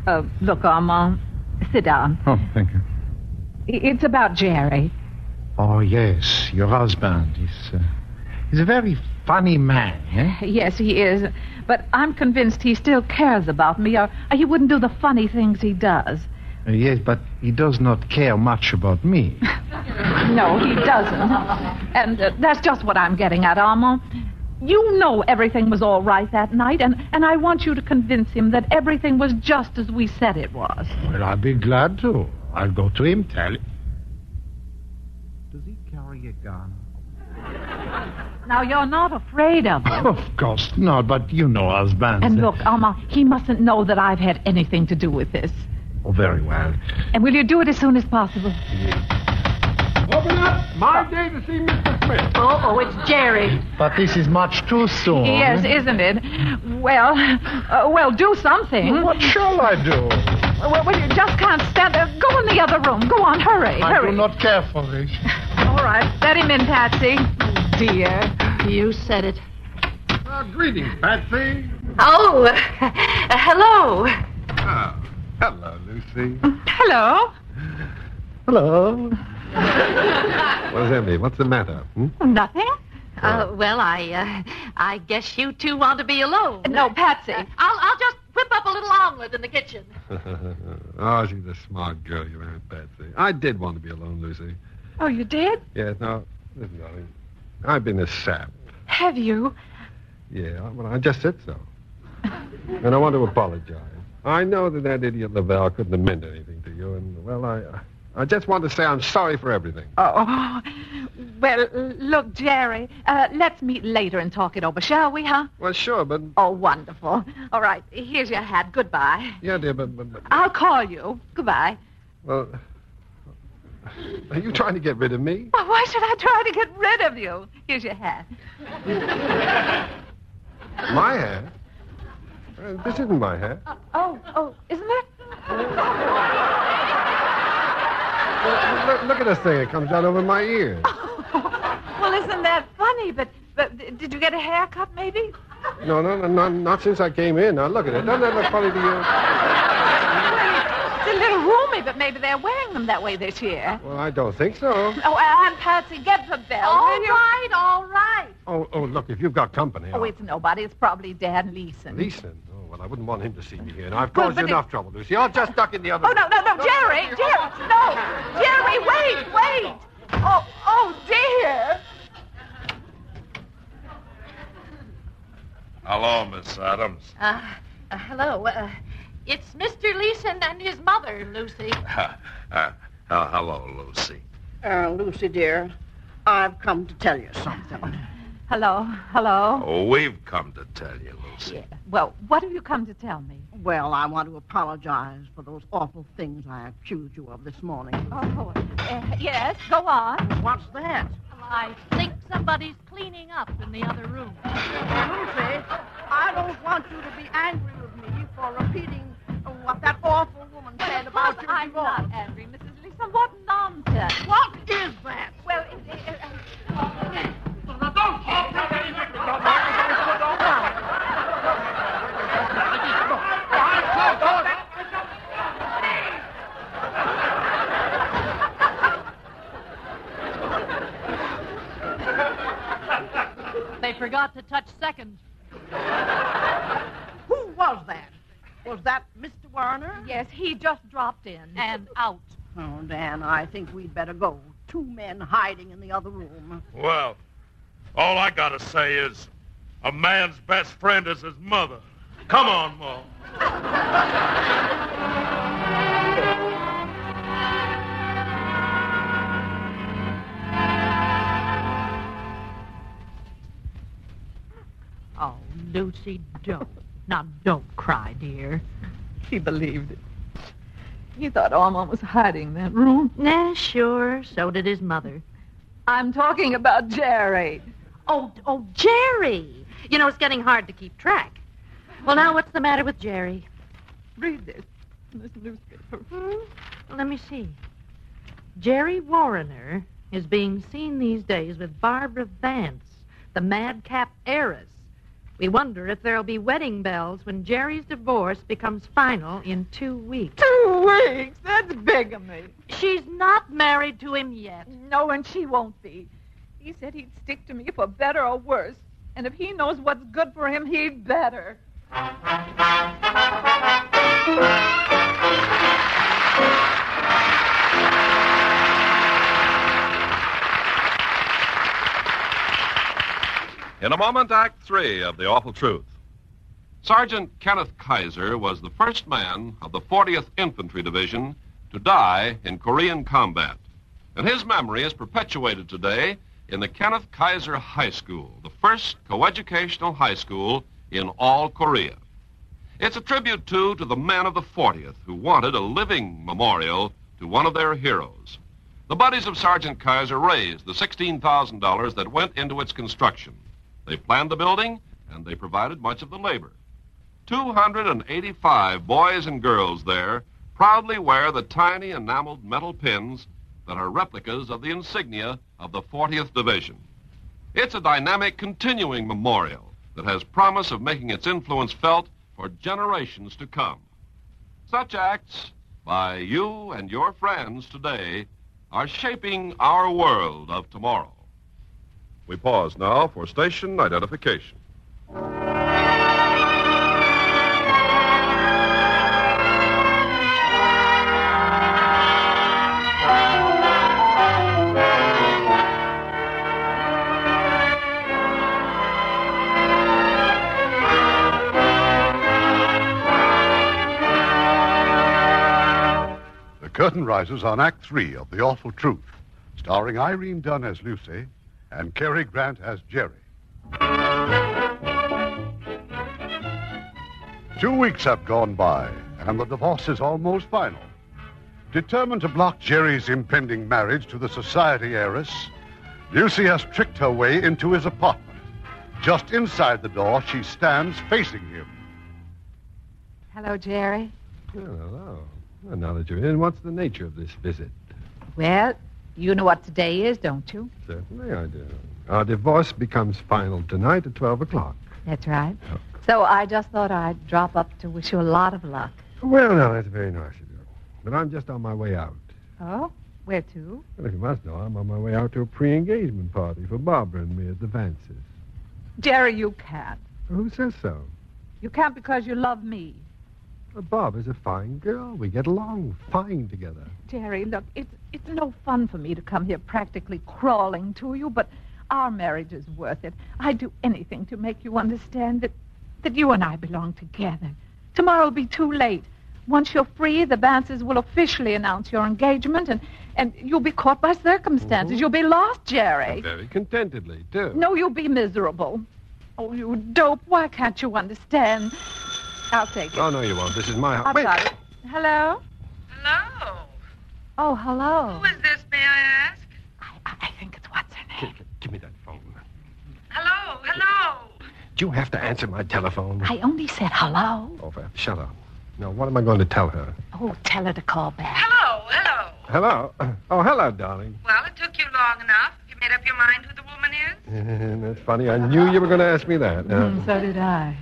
S6: Uh, look, Armand, sit down.
S18: Oh, thank you.
S6: I- It's about Jerry.
S18: Oh, yes, your husband is. Uh, he's a very funny man, eh?
S6: Yes, he is. But I'm convinced he still cares about me, or he wouldn't do the funny things he does.
S18: Uh, yes, but he does not care much about me.
S6: No, he doesn't. And uh, that's just what I'm getting at, Armand. You know everything was all right that night, and, and I want you to convince him that everything was just as we said it was.
S18: well, I'll be glad to. I'll go to him, tell him.
S11: Does he carry a gun?
S6: Now, you're not afraid of him.
S4: Oh,
S18: Of course not, but you know eh? husbands.
S6: And look, Armand, he mustn't know that I've had anything to do with this.
S18: Oh, very well.
S6: And will you do it as soon as possible?
S4: Open up! My day to see Mr. Smith.
S6: Oh, oh, it's Jerry.
S18: But this is much too soon. Eh?
S6: Yes, isn't it? Well, uh, well, do something.
S18: What shall I do?
S6: Well, well, you just can't stand there. Go in the other room. Go on, hurry,
S18: I
S6: hurry.
S18: do not care for this.
S6: All right, let him in, Patsy. Oh, dear.
S8: You said it.
S4: Uh, greetings, Patsy.
S16: Oh, hello.
S4: Ah,
S9: Oh, hello, Lucy.
S7: Hello.
S4: Hello. Where's Emily? What's the matter? Hmm?
S7: Nothing?
S8: Uh, well, I, uh, I guess you two want to be alone.
S7: No, Patsy.
S8: I'll, I'll just whip up a little omelet in the kitchen.
S4: oh, she's a smart girl, your Aunt Patsy. I did want to be alone, Lucy.
S7: Oh, you did?
S4: Yeah, no, listen, darling. I've been a sap.
S7: Have you?
S4: Yeah, well, I just said so. and I want to apologize. I know that that idiot Lavelle couldn't amend anything to you, and, well, I, I just want to say I'm sorry for everything.
S6: Oh, well, look, Jerry, uh, let's meet later and talk it over, shall we, huh?
S4: Well, sure, but...
S6: Oh, wonderful. All right, here's your hat. Goodbye.
S4: Yeah, dear, but... but, but
S6: I'll call you. Goodbye.
S4: well, are you trying to get rid of me?
S6: Well, why should I try to get rid of you? Here's your hat.
S4: My hat? Uh, this isn't my hat.
S6: Oh, oh, isn't it?
S4: Look, look- look at this thing. It comes down over my ear.
S6: Well, isn't that funny? But, but did you get a haircut, maybe?
S4: No, no, no, no, not since I came in. Now, look at it. Doesn't that look funny to you?
S6: It's a little roomy, but maybe they're wearing them that way this year.
S4: Well, I don't think so.
S6: Oh, Aunt Patsy, get the bell.
S14: All
S6: will you?
S14: right, all right.
S4: Oh, oh, look, if you've got company...
S6: Oh,
S4: I'll-
S6: it's nobody. It's probably Dan Leeson.
S4: Leeson? Oh, well, I wouldn't want him to see me here. Now, I've
S6: Well,
S4: caused
S6: but
S4: you
S6: it-
S4: enough trouble, Lucy. I'll just duck in the other
S6: Oh, no, no, no, Jerry, Jerry, no. Jerry, wait, wait. Oh, oh, dear.
S13: Hello, Miss Adams.
S8: Uh, uh, hello. Uh, it's Mr. Leeson and his mother, Lucy.
S13: Uh, uh, hello, Lucy.
S17: Uh, Lucy, dear, I've come to tell you something.
S6: Hello, hello.
S13: Oh, we've come to tell you, Lucy.
S6: Well, what have you come to tell me?
S17: Well, I want to apologize for those awful things I accused you of this morning.
S6: Oh, uh, yes, go on.
S17: What's that?
S8: I think somebody's cleaning up in the other room.
S17: Lucy, I don't want you to be angry with me for repeating what that awful woman said
S6: Of course
S17: about you.
S6: I'm
S17: before.
S6: not angry, Mrs. Leeson. What nonsense.
S17: What is that?
S6: Well, it, it, uh, it,
S8: They forgot to touch seconds.
S17: Who was that? Was that Mr. Warner?
S6: yes, he just dropped in.
S8: And out.
S17: Oh, Dan, I think we'd better go. Two men hiding in the other room.
S13: Well, all I gotta say is a man's best friend is his mother. Come on, Ma.
S8: Oh, Lucy, don't. Now, don't cry, dear.
S19: He believed it. He thought Armand was hiding in that room.
S8: Nah, sure. So did his mother.
S19: I'm talking about Jerry.
S8: Oh, oh, Jerry. You know, it's getting hard to keep track. Well, now, what's the matter with Jerry? Hmm?
S19: Read this in this newspaper.
S8: Let me see. Jerry Warrener is being seen these days with Barbara Vance, the madcap heiress. We wonder if there'll be wedding bells when Jerry's divorce becomes final in two weeks.
S19: Two weeks? That's bigamy.
S8: She's not married to him yet.
S19: No, and she won't be. He said he'd stick to me for better or worse. And if he knows what's good for him, he'd better.
S1: In a moment, Act Three of The Awful Truth. Sergeant Kenneth Kaiser was the first man of the 40th Infantry Division to die in Korean combat. And his memory is perpetuated today in the Kenneth Kaiser High School, the first coeducational high school in all Korea. It's a tribute, too, to the men of the 40th who wanted a living memorial to one of their heroes. The buddies of Sergeant Kaiser raised the $16,000 that went into its construction. They planned the building, and they provided much of the labor. 285 boys and girls there proudly wear the tiny enameled metal pins that are replicas of the insignia of the 40th Division. It's a dynamic, continuing memorial that has promise of making its influence felt for generations to come. Such acts by you and your friends today are shaping our world of tomorrow. We pause now for station identification.
S2: The curtain rises on Act Three of The Awful Truth, starring Irene Dunn as Lucy and Cary Grant as Jerry. Two weeks have gone by, and the divorce is almost final. Determined to block Jerry's impending marriage to the society heiress, Lucy has tricked her way into his apartment. Just inside the door, she stands facing him.
S19: Hello, Jerry.
S4: hello. Well, now that you're in, what's the nature of this visit?
S6: Well, you know what today is, don't you?
S4: Certainly I do. Our divorce becomes final tonight at 12 o'clock.
S6: That's right. So I just thought I'd drop up to wish you a lot of luck.
S4: Oh, Well, now, that's very nice of you. But I'm just on my way out.
S6: Oh, where to?
S4: Well, if you must know, I'm on my way out to a pre-engagement party for Barbara and me at the Vances.
S6: Jerry, you can't.
S4: Who says so?
S6: You can't because you love me.
S4: Well, Barbara's a fine girl. We get along fine together.
S6: Jerry, look, it's, it's no fun for me to come here practically crawling to you, but our marriage is worth it. I'd do anything to make you understand that, that you and I belong together. Tomorrow will be too late. Once you're free, the Vances will officially announce your engagement, and, and you'll be caught by circumstances. You'll be lost, Jerry.
S4: Very contentedly, too.
S6: No, you'll be miserable. Oh, you dope. Why can't you understand? I'll take it.
S4: Oh, no, you won't. This is my house.
S6: I've got it. Hello?
S20: Hello.
S6: Oh, hello.
S20: Who is this, may I ask?
S6: I think it's Watson.
S4: Give me that phone.
S20: Hello, hello.
S4: Do you have to answer my telephone?
S6: I only said hello.
S4: Oh, for- shut up. Now, what am I going to tell her?
S6: Oh, tell her to call back.
S20: Hello, hello.
S4: Hello? Oh, hello, darling.
S20: Well, it took you long enough. You made up your mind who the woman is?
S4: That's funny. I knew you were going to ask me that. Uh,
S6: so did I.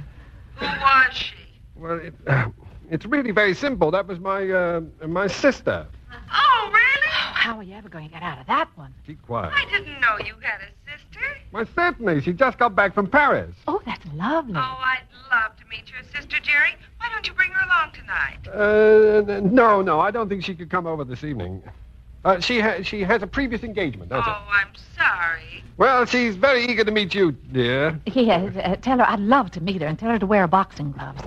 S20: Who was she?
S4: Well, it, it's really very simple. That was my uh, my sister.
S20: Oh, really?
S6: How are you ever going to get out of that one?
S4: Keep quiet.
S20: I didn't know you had a sister.
S4: Well, certainly. She just got back from Paris.
S6: Oh, that's lovely.
S20: Oh, I'd love to meet your sister, Jerry. Why don't you bring her along tonight?
S4: Uh, no, no, I don't think she could come over this evening. Uh, she ha- she has a previous engagement,
S20: oh,
S4: doesn't
S20: I'm sorry.
S4: she? Well, she's very eager to meet you, dear.
S6: Yes, uh, tell her I'd love to meet her and tell her to wear boxing gloves.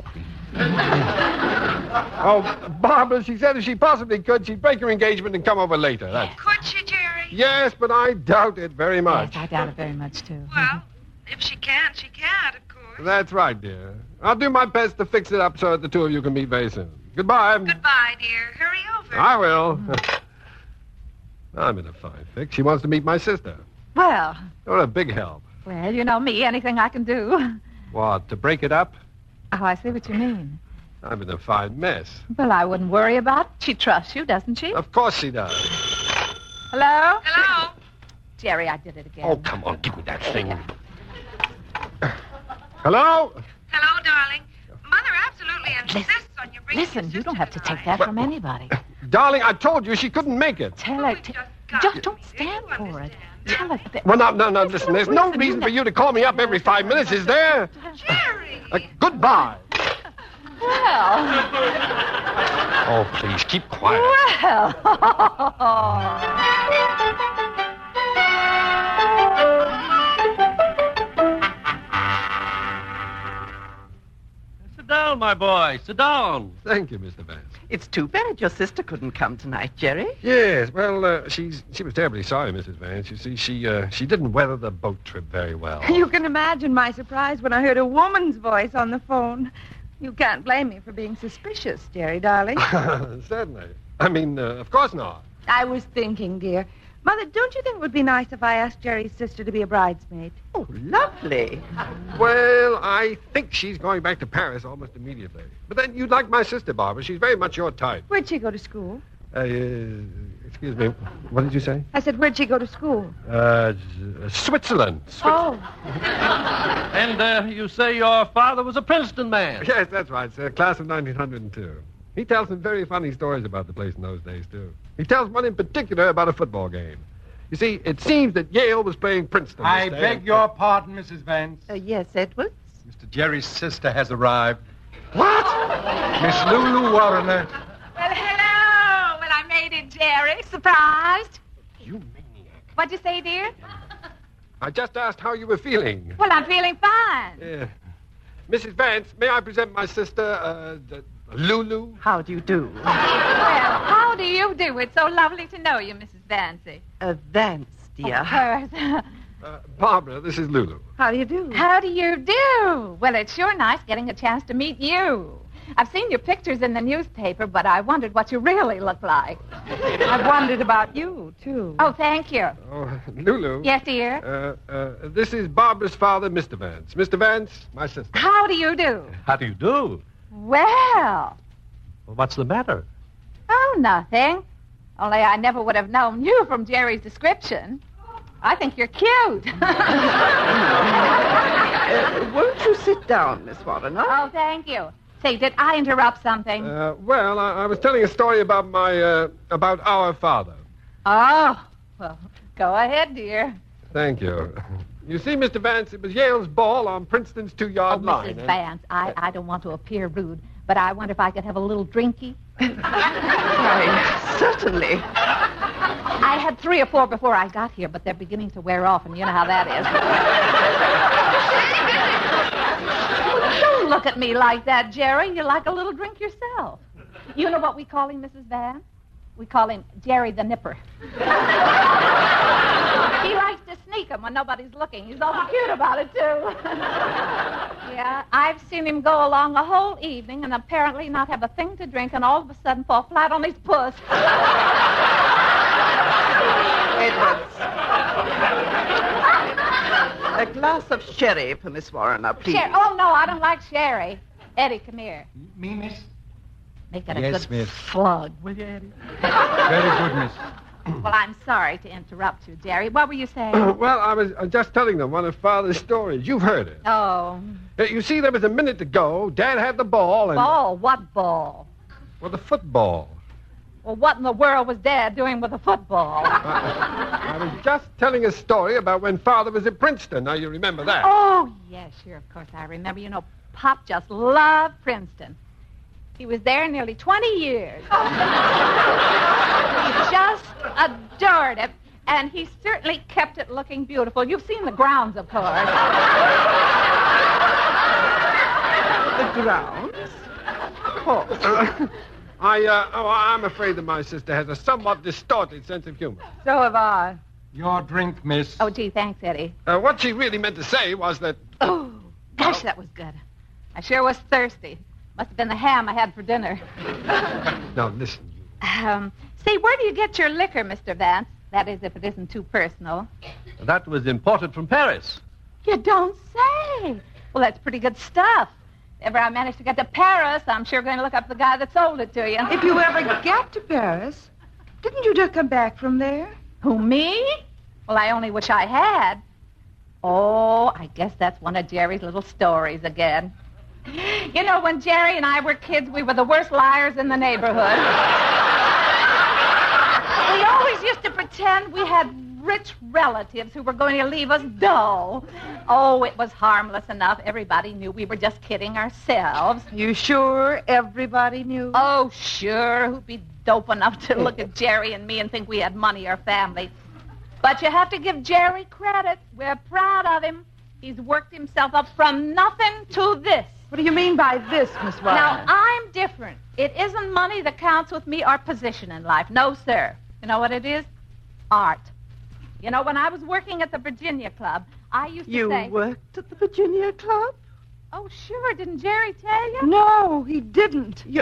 S4: Oh, Barbara, she said if she possibly could, she'd break her engagement and come over later. That's...
S20: Could she, Jerry?
S4: Yes, but I doubt it very much.
S6: Yes, I doubt it very much, too.
S20: Well, if she can, she can, of course.
S4: That's right, dear. I'll do my best to fix it up so that the two of you can meet very soon. Goodbye.
S20: Goodbye, dear. Hurry over.
S4: I will. I'm in a fine fix. She wants to meet my sister.
S6: Well,
S4: What a big help.
S6: well, you know me. Anything I can do.
S4: What, to break it up?
S6: Oh, I see what you mean.
S4: I'm in a fine mess.
S6: Well, I wouldn't worry about it. She trusts you, doesn't she?
S4: Of course she does.
S6: Hello?
S20: Hello?
S6: Jerry, I did it again.
S4: Oh, come on, give me that thing. Hello?
S20: Hello, darling. Mother absolutely insists on your bringing
S6: Listen, you don't have to take that from anybody.
S4: uh, Darling, I told you she couldn't make it.
S6: Tell her. t- just don't stand for it. Tell her. that-
S4: Well, no, no, no, listen, there's no reason for you to call me up every five minutes, is there? Jerry! goodbye.
S6: Well.
S4: Oh, please, keep quiet.
S6: Well.
S21: Sit down, my boy. Sit down.
S4: Thank you, Mr. Vance.
S22: It's too bad your sister couldn't come tonight, Jerry.
S4: Yes, well, uh, she's she was terribly sorry, Mrs. Vance. You see, she uh, she didn't weather the boat trip very well.
S20: You can imagine my surprise when I heard a woman's voice on the phone. You can't blame me for being suspicious, Jerry, darling.
S4: Certainly. I mean, uh, of course not.
S20: I was thinking, dear. Mother, don't you think it would be nice if I asked Jerry's sister to be a bridesmaid? Oh,
S22: lovely.
S4: Well, I think she's going back to Paris almost immediately. But then you'd like my sister, Barbara. She's very much your type.
S20: Where'd she go to school?
S4: Uh, uh, excuse me. What did you say?
S20: I said, where'd she go to school?
S4: Uh, Z- Switzerland.
S20: Oh.
S21: And uh, you say your father was a Princeton man.
S4: Yes, that's right, sir. Class of 1902. He tells some very funny stories about the place in those days, too. He tells one in particular about a football game. You see, it seems that Yale was playing Princeton. this
S23: I
S4: day.
S23: beg your pardon, Mrs. Vance.
S20: Uh, yes, Edward?
S23: Mr. Jerry's sister has arrived.
S20: What?
S23: Miss Lulu Warriner.
S20: Well, hello. Well, I made it, Jerry. Surprised?
S4: You
S20: What'd you say, dear?
S4: I just asked how you were feeling.
S20: Well, I'm feeling fine.
S4: Yeah. Mrs. Vance, may I present my sister, uh, d- Lulu?
S22: How do you do?
S6: Well, how do you do? It's so lovely to know you, Mrs. Dancy.
S22: Uh, Vance, dear.
S6: Hers.
S4: Barbara, this is Lulu.
S6: How do you do? How do you do? Well, it's sure nice getting a chance to meet you. I've seen your pictures in the newspaper, but I wondered what you really look like.
S20: I've wondered about you, too.
S6: Oh, thank you.
S4: Oh, Lulu.
S6: Yes, dear.
S4: Uh, uh, this is Barbara's father, Mr. Vance. Mr. Vance, my sister.
S6: How do you do?
S21: How do you do?
S6: Well,
S21: What's the matter?
S6: oh, nothing. Only I never would have known you from Jerry's description. I think you're cute.
S22: Uh, won't you sit down, Miss Warren?
S6: Oh, thank you. Say, did I interrupt something?
S4: Uh, well, I, I was telling a story about my, uh, about our father.
S6: oh, well, go ahead, dear.
S4: Thank you. You see, Mr. Vance, it was Yale's ball on Princeton's two-yard line. and-
S6: Mrs. Oh, Vance, I, I don't want to appear rude, but I wonder if I could have a little drinky.
S22: Why, certainly.
S6: I had three or four before I got here, but they're beginning to wear off, and you know how that is. don't look at me like that, Jerry. You like a little drink yourself. You know what we call him, Mrs. Vance? We call him Jerry the Nipper. he likes to sneak 'em when nobody's looking. He's awful cute about it, too. Yeah, I've seen him go along a whole evening and apparently not have a thing to drink and all of a sudden fall flat on his puss.
S22: A glass of sherry for Miss Warren, please.
S6: Sher- oh, no, I don't like sherry. Eddie, come here.
S23: Me, miss?
S6: Make it a
S23: yes,
S6: good
S23: miss.
S6: slug, will you, Eddie?
S23: Very good, miss.
S6: well, I'm sorry to interrupt you, Jerry. What were you saying?
S4: well, I was uh, just telling them one of Father's stories. You've heard it.
S6: oh,
S4: Uh, you see, there was a minute to go. Dad had the ball and...
S6: ball. What ball?
S4: Well, the football.
S6: Well, what in the world was Dad doing with a football?
S4: I was just telling a story about when Father was at Princeton. Now, you remember that.
S6: Oh, yes, sure, of course I remember. You know, Pop just loved Princeton. He was there nearly 20 years. he just adored it, and he certainly kept it looking beautiful. You've seen the grounds, of course.
S22: The grounds?
S4: Of course. I, uh, oh, I'm afraid that my sister has a somewhat distorted sense of humor.
S6: So have I.
S23: Your drink, miss.
S6: Oh, gee, thanks, Eddie.
S4: Uh, what she really meant to say was that.
S6: Oh, Gosh, that was good. I sure was thirsty. Must have been the ham I had for dinner.
S4: Now, listen.
S6: Um, say, where do you get your liquor, Mr. Vance? That is, if it isn't too personal.
S21: That was imported from Paris.
S6: You don't say. Well, that's pretty good stuff. If ever I manage to get to Paris, I'm sure going to look up the guy that sold it to you.
S20: If you ever get to Paris, didn't you just come back from there?
S6: Who, me? Well, I only wish I had. Oh, I guess that's one of Jerry's little stories again. You know, when Jerry and I were kids, we were the worst liars in the neighborhood. we always used to pretend we had rich relatives who were going to leave us dull. Oh, it was harmless enough. Everybody knew we were just kidding ourselves.
S20: You sure everybody knew?
S6: Oh, sure. Who'd be dope enough to look at Jerry and me and think we had money or family? But you have to give Jerry credit. We're proud of him. He's worked himself up from nothing to this.
S20: What do you mean by this, Miss Warren?
S6: Now, I'm different. It isn't money that counts with me or position in life. No, sir. You know what it is? Art. You know, when I was working at the Virginia Club, I used to
S20: You
S6: say...
S20: worked at the Virginia Club?
S6: Oh, sure. Didn't Jerry tell you?
S20: No, he didn't. You,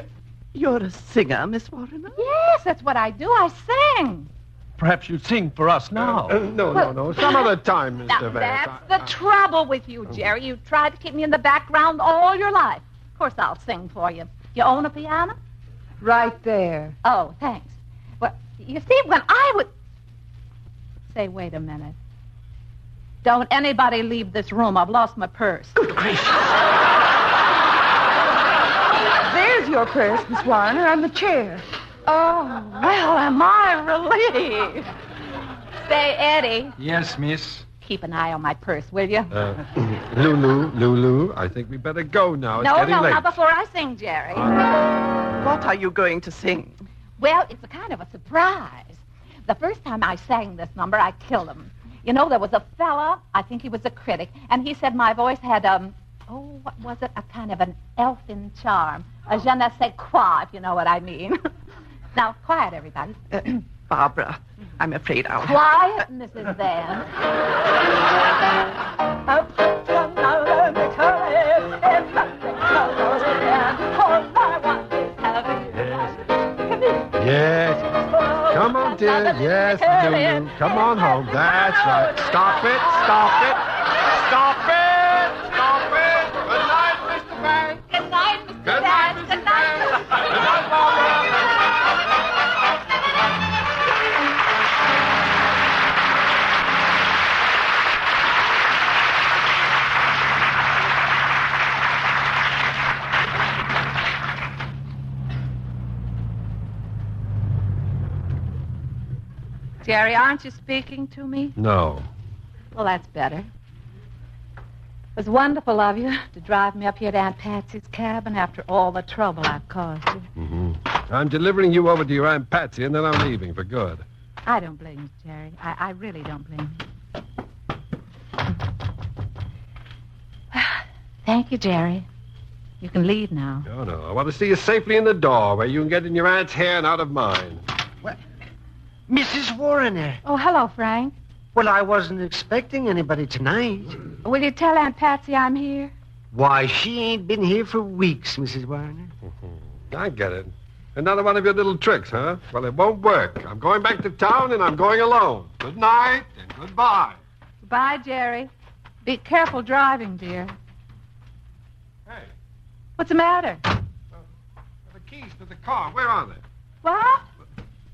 S22: You're a singer, Miss Warren.
S6: Yes, that's what I do. I sing.
S21: Perhaps you'd sing for us now.
S4: Uh, no, no, no. Some other time, Mr.
S6: Now,
S4: Vance. Oh.
S6: that's the trouble with you, Jerry. You tried to keep me in the background all your life. Of course, I'll sing for you. You own a piano?
S20: Right there.
S6: Oh, thanks. Well, you see, when I was. Say, wait a minute. Don't anybody leave this room. I've lost my purse. Good
S20: There's your purse, Miss Warren, on the chair.
S6: Oh, well, am I relieved. Say, Eddie,
S23: Yes, miss.
S6: keep an eye on my purse, will you?
S4: Uh, Lulu, Lulu, I think we better go now. It's
S6: no,
S4: getting
S6: no,
S4: late.
S6: not before I sing, Jerry.
S22: What are you going to sing?
S6: Well, it's a kind of a surprise. The first time I sang this number, I killed him. You know, there was a fella, I think he was a critic, and he said my voice had, um, oh, what was it? A kind of an elfin charm. A je ne sais quoi, if you know what I mean. now, quiet, everybody.
S22: Barbara, I'm afraid I'll.
S6: Quiet, Mrs. Van.
S4: Yes. Come on, dear. Yes, Lulu. Come on home. That's right. Stop it. Stop it. Stop it. Stop it. Good night, Mr. Banks.
S6: Good night, Mr.
S4: Good night,
S6: Vance. Good
S4: Good
S6: night.
S4: night, Barbara.
S6: Jerry, aren't you speaking to me?
S4: No.
S6: Well, that's better. It was wonderful of you to drive me up here to Aunt Patsy's cabin after all the trouble I've caused you.
S4: hmm I'm delivering you over to your Aunt Patsy, and then I'm leaving for good.
S6: I don't blame you, Jerry. I, I really don't blame you. Thank you, Jerry. You can leave now.
S4: No, Oh, no. I want to see you safely in the door where you can get in your aunt's hair and out of mine.
S3: Mrs. Warrener.
S6: Oh, hello, Frank.
S3: Well, I wasn't expecting anybody tonight.
S6: Will you tell Aunt Patsy I'm here?
S3: Why, she ain't been here for weeks, Mrs. Warrener.
S4: Mm-hmm. I get it. Another one of your little tricks, huh? Well, it won't work. I'm going back to town, and I'm going alone. Good night and goodbye.
S6: Bye, Jerry. Be careful driving, dear.
S4: Hey,
S6: What's the matter?
S4: the keys to the car, where are they?
S6: What?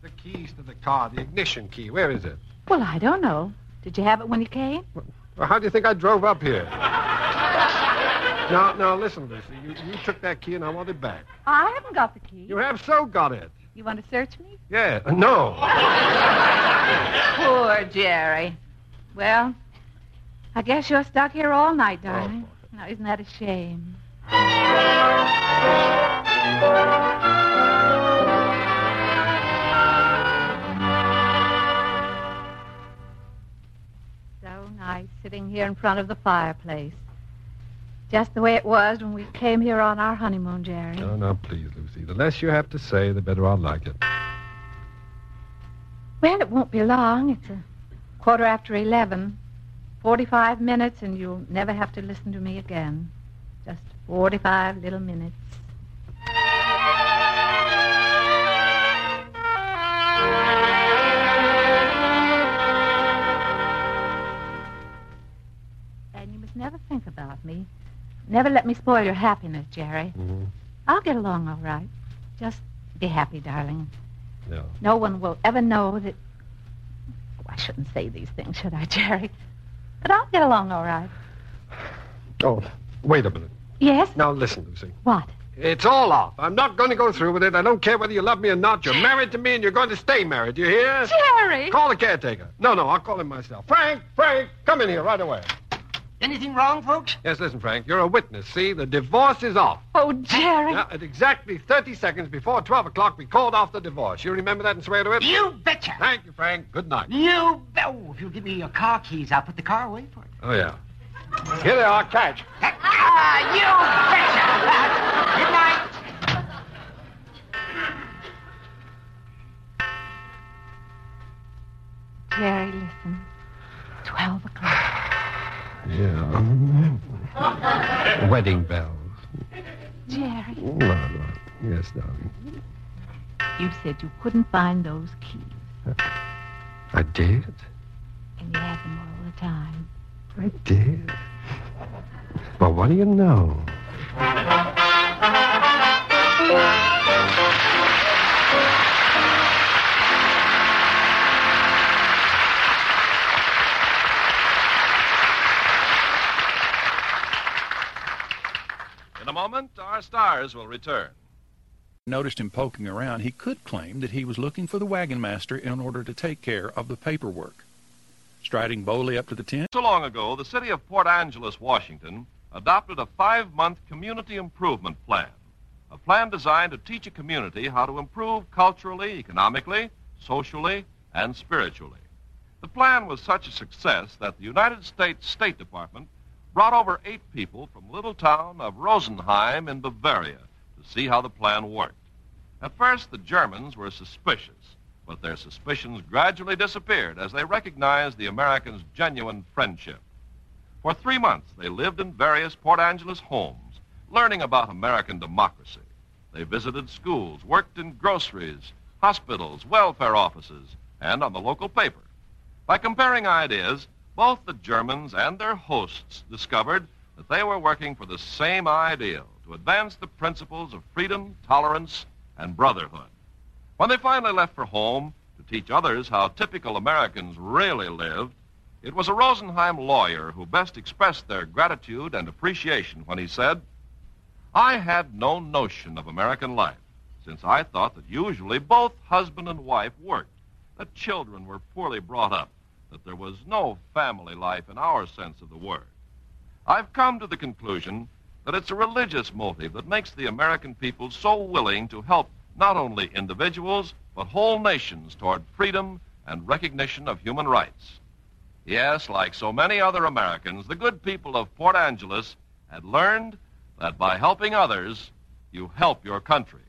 S4: The keys to the car, the ignition key, where is it?
S6: Well, I don't know. Did you have it when you came?
S4: Well, how do you think I drove up here? now, now, listen, Lucy. You, you took that key, and I want it back.
S6: I haven't got the key.
S4: You have so got it.
S6: You want to search me?
S4: Yeah, uh, no.
S6: Poor Jerry. Well, I guess you're stuck here all night, darling. now, isn't that a shame? So nice sitting here in front of the fireplace. Just the way it was when we came here on our honeymoon, Jerry.
S4: No, no, please, Lucy. The less you have to say, the better I'll like it.
S6: Well, it won't be long. It's a quarter after eleven. 45 minutes, and you'll never have to listen to me again. Just 45 little minutes. And you must never think about me. Never let me spoil your happiness, Jerry. I'll get along all right. Just be happy, darling.
S4: No.
S6: No one will ever know that. Oh, I shouldn't say these things, should I, Jerry? But I'll get along all right.
S4: Oh, wait a minute.
S6: Yes?
S4: Now listen, Lucy.
S6: What?
S4: It's all off. I'm not going to go through with it. I don't care whether you love me or not. You're married to me and you're going to stay married. You hear?
S6: Jerry!
S4: Call the caretaker. No, no, I'll call him myself. Frank, Frank, come in here right away.
S3: Anything wrong, folks?
S4: Yes, listen, Frank. You're a witness. See, the divorce is off.
S6: Oh, Jerry.
S4: Now, at exactly 30 seconds before 12 o'clock, we called off the divorce. You remember that and swear to it?
S3: You betcha.
S4: Thank you, Frank. Good night.
S3: You. be- Oh, if you'll give me your car keys, I'll put the car away for you.
S4: Oh, yeah. Here they are. Catch.
S3: Ah, you betcha. Good night.
S6: Jerry, listen. 12 o'clock.
S4: Yeah. Wedding bells.
S6: Jerry.
S4: Yes, darling.
S6: You said you couldn't find those keys,
S4: I did.
S6: and you had them all the time.
S4: I did. Well, what do you know?
S1: In a moment, our stars will return.
S10: noticed him poking around, he could claim that he was looking for the wagon master in order to take care of the paperwork. Striding boldly up to the tent,
S1: So long ago, the city of Port Angeles, Washington, adopted a five month community improvement plan. A plan designed to teach a community how to improve culturally, economically, socially, and spiritually. The plan was such a success that the United States State Department brought over eight people from the little town of Rosenheim in Bavaria to see how the plan worked. At first, the Germans were suspicious but their suspicions gradually disappeared as they recognized the Americans' genuine friendship. For three months, they lived in various Port Angeles homes, learning about American democracy. They visited schools, worked in groceries, hospitals, welfare offices, and on the local paper. By comparing ideas, both the Germans and their hosts discovered that they were working for the same ideal to advance the principles of freedom, tolerance, and brotherhood. When they finally left for home to teach others how typical Americans really lived, it was a Rosenheim lawyer who best expressed their gratitude and appreciation when he said, I had no notion of American life, since I thought that usually both husband and wife worked, that children were poorly brought up, that there was no family life in our sense of the word. I've come to the conclusion that it's a religious motive that makes the American people so willing to help not only individuals, but whole nations toward freedom and recognition of human rights. Yes, like so many other Americans, the good people of Port Angeles had learned that by helping others, you help your country.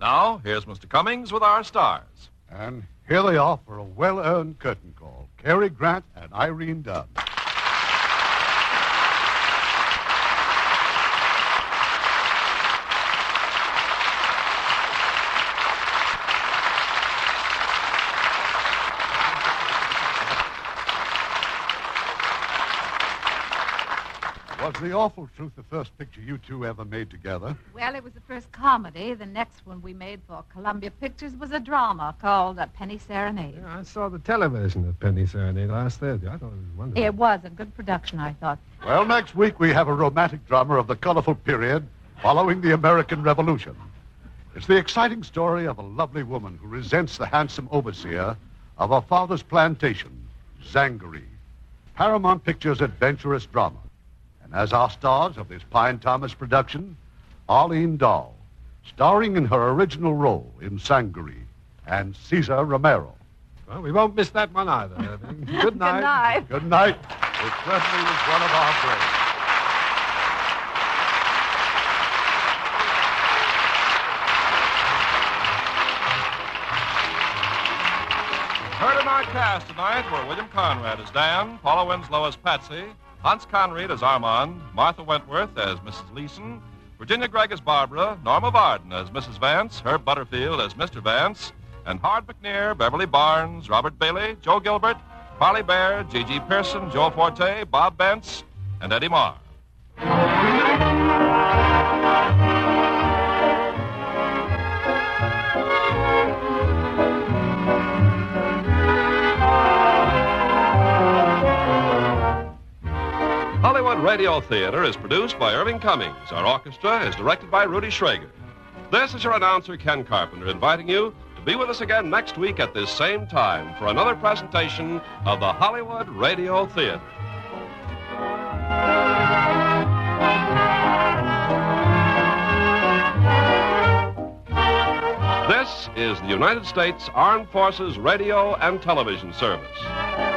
S1: Now, here's Mr. Cummings with our stars.
S2: And here they are for a well earned curtain call. Cary Grant and Irene Dunn. Was The Awful Truth the first picture you two ever made together?
S6: Well, it was the first comedy. The next one we made for Columbia Pictures was a drama called A Penny Serenade.
S4: I saw the television of Penny Serenade last Thursday. I thought it was wonderful.
S6: It was a good production, I thought.
S2: Well, next week we have a romantic drama of the colorful period following the American Revolution. It's the exciting story of a lovely woman who resents the handsome overseer of her father's plantation, Zangaree. Paramount Pictures' adventurous drama. And as our stars of this Pine Thomas production, Arlene Dahl, starring in her original role in Zangaree, and Cesar Romero.
S4: Well, we won't miss that one either. Irving. Good night.
S2: Good night. It certainly was one of our greats.
S1: Heard in our cast tonight were William Conrad as Dan, Paula Winslow as Patsy, Hans Conried as Armand, Martha Wentworth as Mrs. Leeson, Virginia Gregg as Barbara, Norma Varden as Mrs. Vance, Herb Butterfield as Mr. Vance, and Howard McNear, Beverly Barnes, Robert Bailey, Joe Gilbert, Parley Bear, G.G. Pearson, Joe Forte, Bob Bentz, and Eddie Marr. Hollywood Radio Theater is produced by Irving Cummings. Our orchestra is directed by Rudy Schrager. This is your announcer, Ken Carpenter, inviting you to be with us again next week at this same time for another presentation of the Hollywood Radio Theater. This is the United States Armed Forces Radio and Television Service.